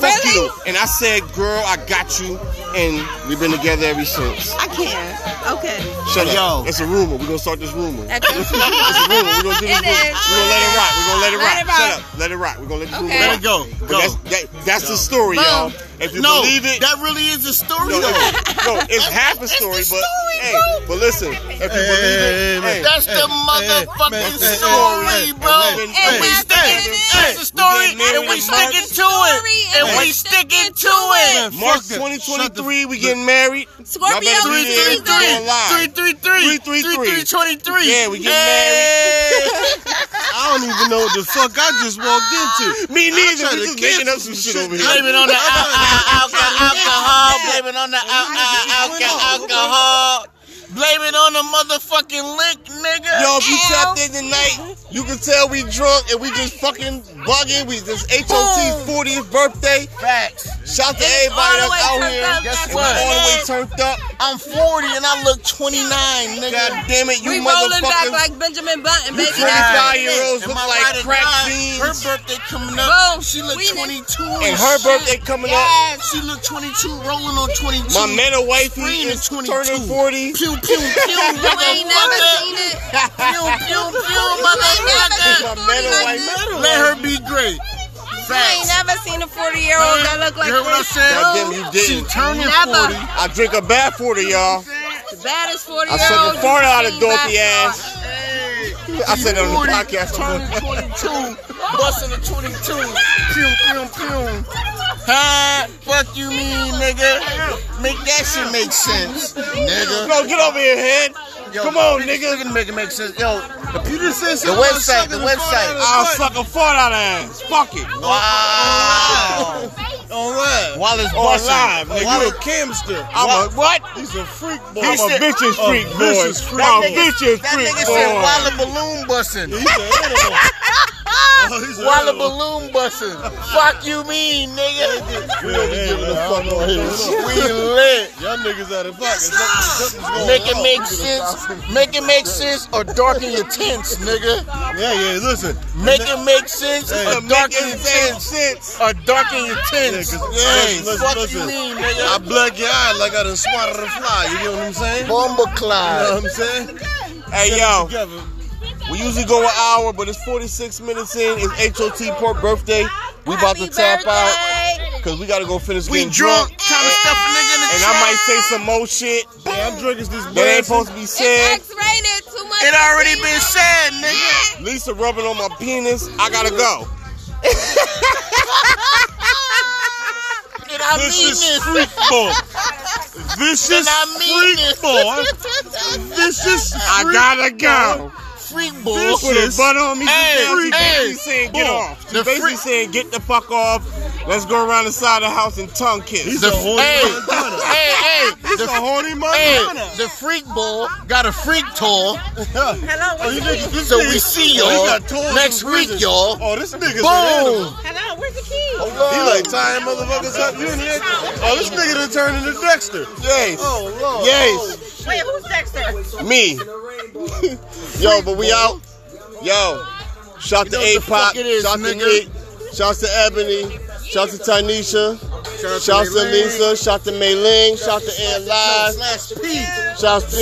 Speaker 1: fuck
Speaker 6: Really?
Speaker 1: you. And I said, girl, I got you. And we've been together ever since.
Speaker 6: I can't. Okay.
Speaker 1: Shut
Speaker 4: Yo.
Speaker 1: up. It's a rumor. We're gonna start this rumor. It's
Speaker 6: Okay.
Speaker 1: a rumor. We're gonna do this
Speaker 6: It
Speaker 1: rumor.
Speaker 6: is.
Speaker 1: We're gonna let it rock. We're gonna let it
Speaker 6: Let
Speaker 1: rock.
Speaker 6: it rock.
Speaker 1: Shut up. Let it rock. We're gonna let the rumor
Speaker 6: Okay.
Speaker 1: rock.
Speaker 4: Let it go.
Speaker 1: But
Speaker 4: Go.
Speaker 1: That's, that, that's the story,
Speaker 6: Boom.
Speaker 1: y'all. If you
Speaker 4: no,
Speaker 1: believe it,
Speaker 4: that really is a story.
Speaker 1: no, no,
Speaker 4: though.
Speaker 1: no, it's half a story, but hey, but listen, if you believe it, hey,
Speaker 4: That's the motherfucking story, bro.
Speaker 1: We've been-
Speaker 4: and
Speaker 1: hey,
Speaker 4: we
Speaker 1: we've
Speaker 4: stand.
Speaker 1: been-
Speaker 4: That's the story,
Speaker 1: we've been
Speaker 4: and we
Speaker 1: married
Speaker 4: sticking
Speaker 1: March-
Speaker 4: to it. And
Speaker 6: and
Speaker 4: we
Speaker 6: we
Speaker 4: sticking
Speaker 6: sticking
Speaker 4: to
Speaker 6: to
Speaker 4: it.
Speaker 6: it.
Speaker 1: March
Speaker 4: Fuck the- shut the-
Speaker 1: 2023, we getting married.
Speaker 6: Scorpio
Speaker 1: Y'all better be there.
Speaker 6: season.
Speaker 1: Three, three, three.
Speaker 4: 333.
Speaker 1: 333. Yeah, we getting married. I
Speaker 4: I don't even know what the fuck I just walked into.
Speaker 2: Me neither.
Speaker 4: tried
Speaker 2: We
Speaker 4: to
Speaker 2: just making
Speaker 4: cancel
Speaker 2: up some shit over here.
Speaker 3: Blame it on the al- al- al- alcohol. Blame it on the al- al- al- alcohol. Blame it on the motherfucking lick, nigga.
Speaker 1: Yo, if you tapped in tonight, you can tell we drunk and we just fucking bugging. We just HOT's 40th birthday.
Speaker 3: Facts.
Speaker 1: Shout out to
Speaker 3: It's all
Speaker 1: everybody
Speaker 3: the
Speaker 1: that's
Speaker 3: way
Speaker 1: out
Speaker 3: turned
Speaker 1: here.
Speaker 3: up,
Speaker 1: Guess
Speaker 3: that's
Speaker 1: what?
Speaker 3: what
Speaker 1: All the way
Speaker 3: it is.
Speaker 1: turned up.
Speaker 3: I'm 40 and I look 29, nigga.
Speaker 1: God damn it, you
Speaker 6: We rolling back
Speaker 1: motherfuckers.
Speaker 6: like Benjamin Button, baby.
Speaker 1: crazy.
Speaker 6: That's it.
Speaker 1: 25 year olds
Speaker 3: And
Speaker 1: look
Speaker 3: my
Speaker 1: like
Speaker 3: ride or
Speaker 1: crack
Speaker 3: die,
Speaker 1: fiends.
Speaker 3: Her birthday coming up.
Speaker 6: Boom.
Speaker 3: She look
Speaker 6: We done-
Speaker 3: 22.
Speaker 1: and her
Speaker 3: shit.
Speaker 1: birthday coming up.
Speaker 3: Yeah, she look 22, rolling on 22.
Speaker 1: My man wifey
Speaker 3: Green
Speaker 1: is
Speaker 3: is 22.
Speaker 1: turning 40.
Speaker 3: Pew, pew, pew,
Speaker 6: You ain't never seen
Speaker 3: motherfucker.
Speaker 6: it.
Speaker 3: Pew, pew, pew,
Speaker 1: My
Speaker 3: motherfucker.
Speaker 1: man
Speaker 6: like
Speaker 1: wife.
Speaker 3: Let her be great.
Speaker 6: You ain't
Speaker 3: Facts.
Speaker 6: never seen a 40 year old that look like
Speaker 3: You heard what I
Speaker 6: this.
Speaker 3: said?
Speaker 1: God damn, you
Speaker 3: She
Speaker 1: didn't.
Speaker 3: turning
Speaker 6: Never.
Speaker 3: 40.
Speaker 1: I drink a bath for the y'all.
Speaker 6: The baddest 40
Speaker 1: I
Speaker 6: year
Speaker 1: sucked
Speaker 6: old.
Speaker 1: the fart out of
Speaker 6: you've
Speaker 1: dopey
Speaker 6: seen by
Speaker 1: ass.
Speaker 6: far.
Speaker 3: Hey.
Speaker 1: I said it on the
Speaker 3: 40,
Speaker 1: podcast.
Speaker 3: Turning 22, busting the 22. Pew, pew, pew. Huh? Fuck you mean, nigga? Make that shit make sense, nigga.
Speaker 1: No, get over here, head.
Speaker 3: Yo,
Speaker 1: Come on,
Speaker 3: make-
Speaker 1: nigga.
Speaker 3: Nigga, make it make sense. Yo,
Speaker 4: You just said
Speaker 3: the website, the website.
Speaker 2: I'll suck a fart out of ass. Fuck it.
Speaker 3: Wow. Oh,
Speaker 4: on live.
Speaker 3: Wallace
Speaker 2: On
Speaker 3: busting.
Speaker 2: live, nigga. You
Speaker 3: Wallace-
Speaker 2: a camster. I'm a what?
Speaker 4: He's a freak boy.
Speaker 2: I'm a
Speaker 3: said- "Oh,
Speaker 2: bitches
Speaker 4: a
Speaker 2: freak boy.
Speaker 4: vicious freak
Speaker 2: I'm a
Speaker 4: boy.
Speaker 2: bitches
Speaker 3: That
Speaker 2: freak
Speaker 3: nigga said
Speaker 2: boy.
Speaker 3: Walla balloon busting.
Speaker 4: He's an animal. Oh, he's an
Speaker 3: Walla
Speaker 4: animal.
Speaker 3: balloon busting. Fuck you mean, nigga?
Speaker 4: Yeah, yeah, man, I don't know what's going on.
Speaker 3: We lit.
Speaker 4: Y'all niggas out of pocket.
Speaker 3: Yes,
Speaker 4: Something- something's going
Speaker 3: Make it
Speaker 4: on.
Speaker 3: make sense. Make it make sense or darken your tints, nigga.
Speaker 4: Yeah, yeah, listen.
Speaker 3: Make it make sense
Speaker 4: Hey.
Speaker 3: or darken your tints.
Speaker 1: sense.
Speaker 3: Or darken your tints.
Speaker 4: Yeah, 'cause-
Speaker 3: Hey,
Speaker 4: listen, listen,
Speaker 3: fuck you
Speaker 4: listen.
Speaker 3: mean,
Speaker 4: I
Speaker 3: nigga?
Speaker 4: black your eye like I done swatted a fly. You get what I'm saying? You know
Speaker 3: Bomber Clyde.
Speaker 4: what I'm saying?
Speaker 1: Hey, yo.
Speaker 4: Together.
Speaker 1: We usually go an hour, but it's 46 minutes in. It's HOT Port birthday. We about to
Speaker 6: Happy
Speaker 1: tap out
Speaker 6: birthday.
Speaker 1: because we got to go finish
Speaker 3: We
Speaker 1: getting
Speaker 3: drunk. Time to stuff a nigga in the
Speaker 1: And I might say some more shit
Speaker 4: Yeah, I'm drinking this
Speaker 1: that ain't
Speaker 4: Blanton's.
Speaker 1: supposed to be said.
Speaker 6: It's X rated. Too much.
Speaker 3: It already been said, nigga.
Speaker 1: Lisa rubbing on my penis. I gotta go.
Speaker 3: And I
Speaker 4: This
Speaker 3: mean
Speaker 4: is
Speaker 3: this.
Speaker 4: freak boy. This is
Speaker 3: And I mean
Speaker 4: freak boy.
Speaker 3: this.
Speaker 4: This is
Speaker 1: I
Speaker 4: freak
Speaker 1: gotta go.
Speaker 3: Freak boy.
Speaker 4: This
Speaker 1: Put her
Speaker 4: is
Speaker 1: butt on me.
Speaker 3: Hey,
Speaker 1: Hey, she's
Speaker 3: hey,
Speaker 1: basically saying get
Speaker 4: boy.
Speaker 1: off. She's
Speaker 3: The
Speaker 1: basically
Speaker 3: freak-
Speaker 1: saying get the fuck off. Let's go around the side of the house and tongue kiss.
Speaker 4: He's a horny
Speaker 3: Hey,
Speaker 4: Montana.
Speaker 3: hey, hey.
Speaker 4: He's a
Speaker 3: The,
Speaker 4: horny
Speaker 3: hey,
Speaker 4: Montana.
Speaker 3: the freak bull got a freak tour.
Speaker 9: Hello,
Speaker 4: Oh, you niggas- this
Speaker 3: So
Speaker 4: nigga-
Speaker 3: we see
Speaker 4: Oh, he
Speaker 3: y'all
Speaker 4: got toys
Speaker 3: next
Speaker 4: in
Speaker 3: week,
Speaker 4: prison.
Speaker 3: y'all.
Speaker 4: Oh, this nigga's an animal.
Speaker 3: Boom.
Speaker 9: hello, where's the key?
Speaker 4: He like tying motherfuckers up. You in here? Oh, this nigga done turned into Dexter.
Speaker 1: Yes.
Speaker 4: Oh, Lord.
Speaker 1: Yes.
Speaker 9: Wait, who's Dexter?
Speaker 1: Me. Yo, but we out. Yo. Shout to
Speaker 3: know what the
Speaker 1: A Pop.
Speaker 3: fuck it is,
Speaker 1: Shout to
Speaker 3: nigga.
Speaker 1: Nick. Shout to Ebony. Shout to Tanisha.
Speaker 3: Shout
Speaker 1: Shout to Lisa. Shout to Mei Ling. Shout to Ann Live.
Speaker 3: Slash P.
Speaker 1: Shouts to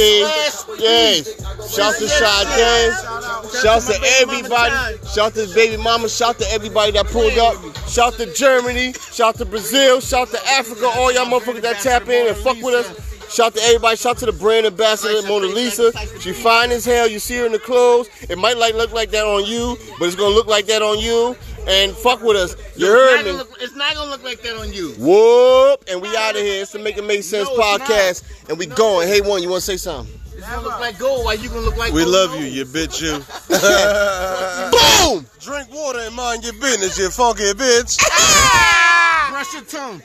Speaker 1: yes. Shouts to Sade. Shouts to everybody. Shout to baby mama. Shout to everybody that pulled up. Shout to Germany. Shout to Brazil. Shout to Africa. All y'all motherfuckers that tap in and fuck with us. Shout to everybody. Shout to the brand ambassador Mona Lisa. She fine as hell. You see her in the clothes. It might like look like that on you, but it's gonna look like that on you. And fuck with us. You
Speaker 3: It's not
Speaker 1: heard
Speaker 3: gonna
Speaker 1: me.
Speaker 3: look- it's not gonna look like that on you.
Speaker 1: Whoop. And we out of here. It's the Make It Make Sense
Speaker 3: No, it's not.
Speaker 1: podcast. And we going. Hey one, you wanna say something?
Speaker 3: It's gonna look like gold. Why you gonna look like
Speaker 4: We
Speaker 3: gold?
Speaker 4: love you, you bitch, you.
Speaker 1: Boom!
Speaker 4: Drink water and mind your business, you funky bitch.
Speaker 3: Brush your tongue.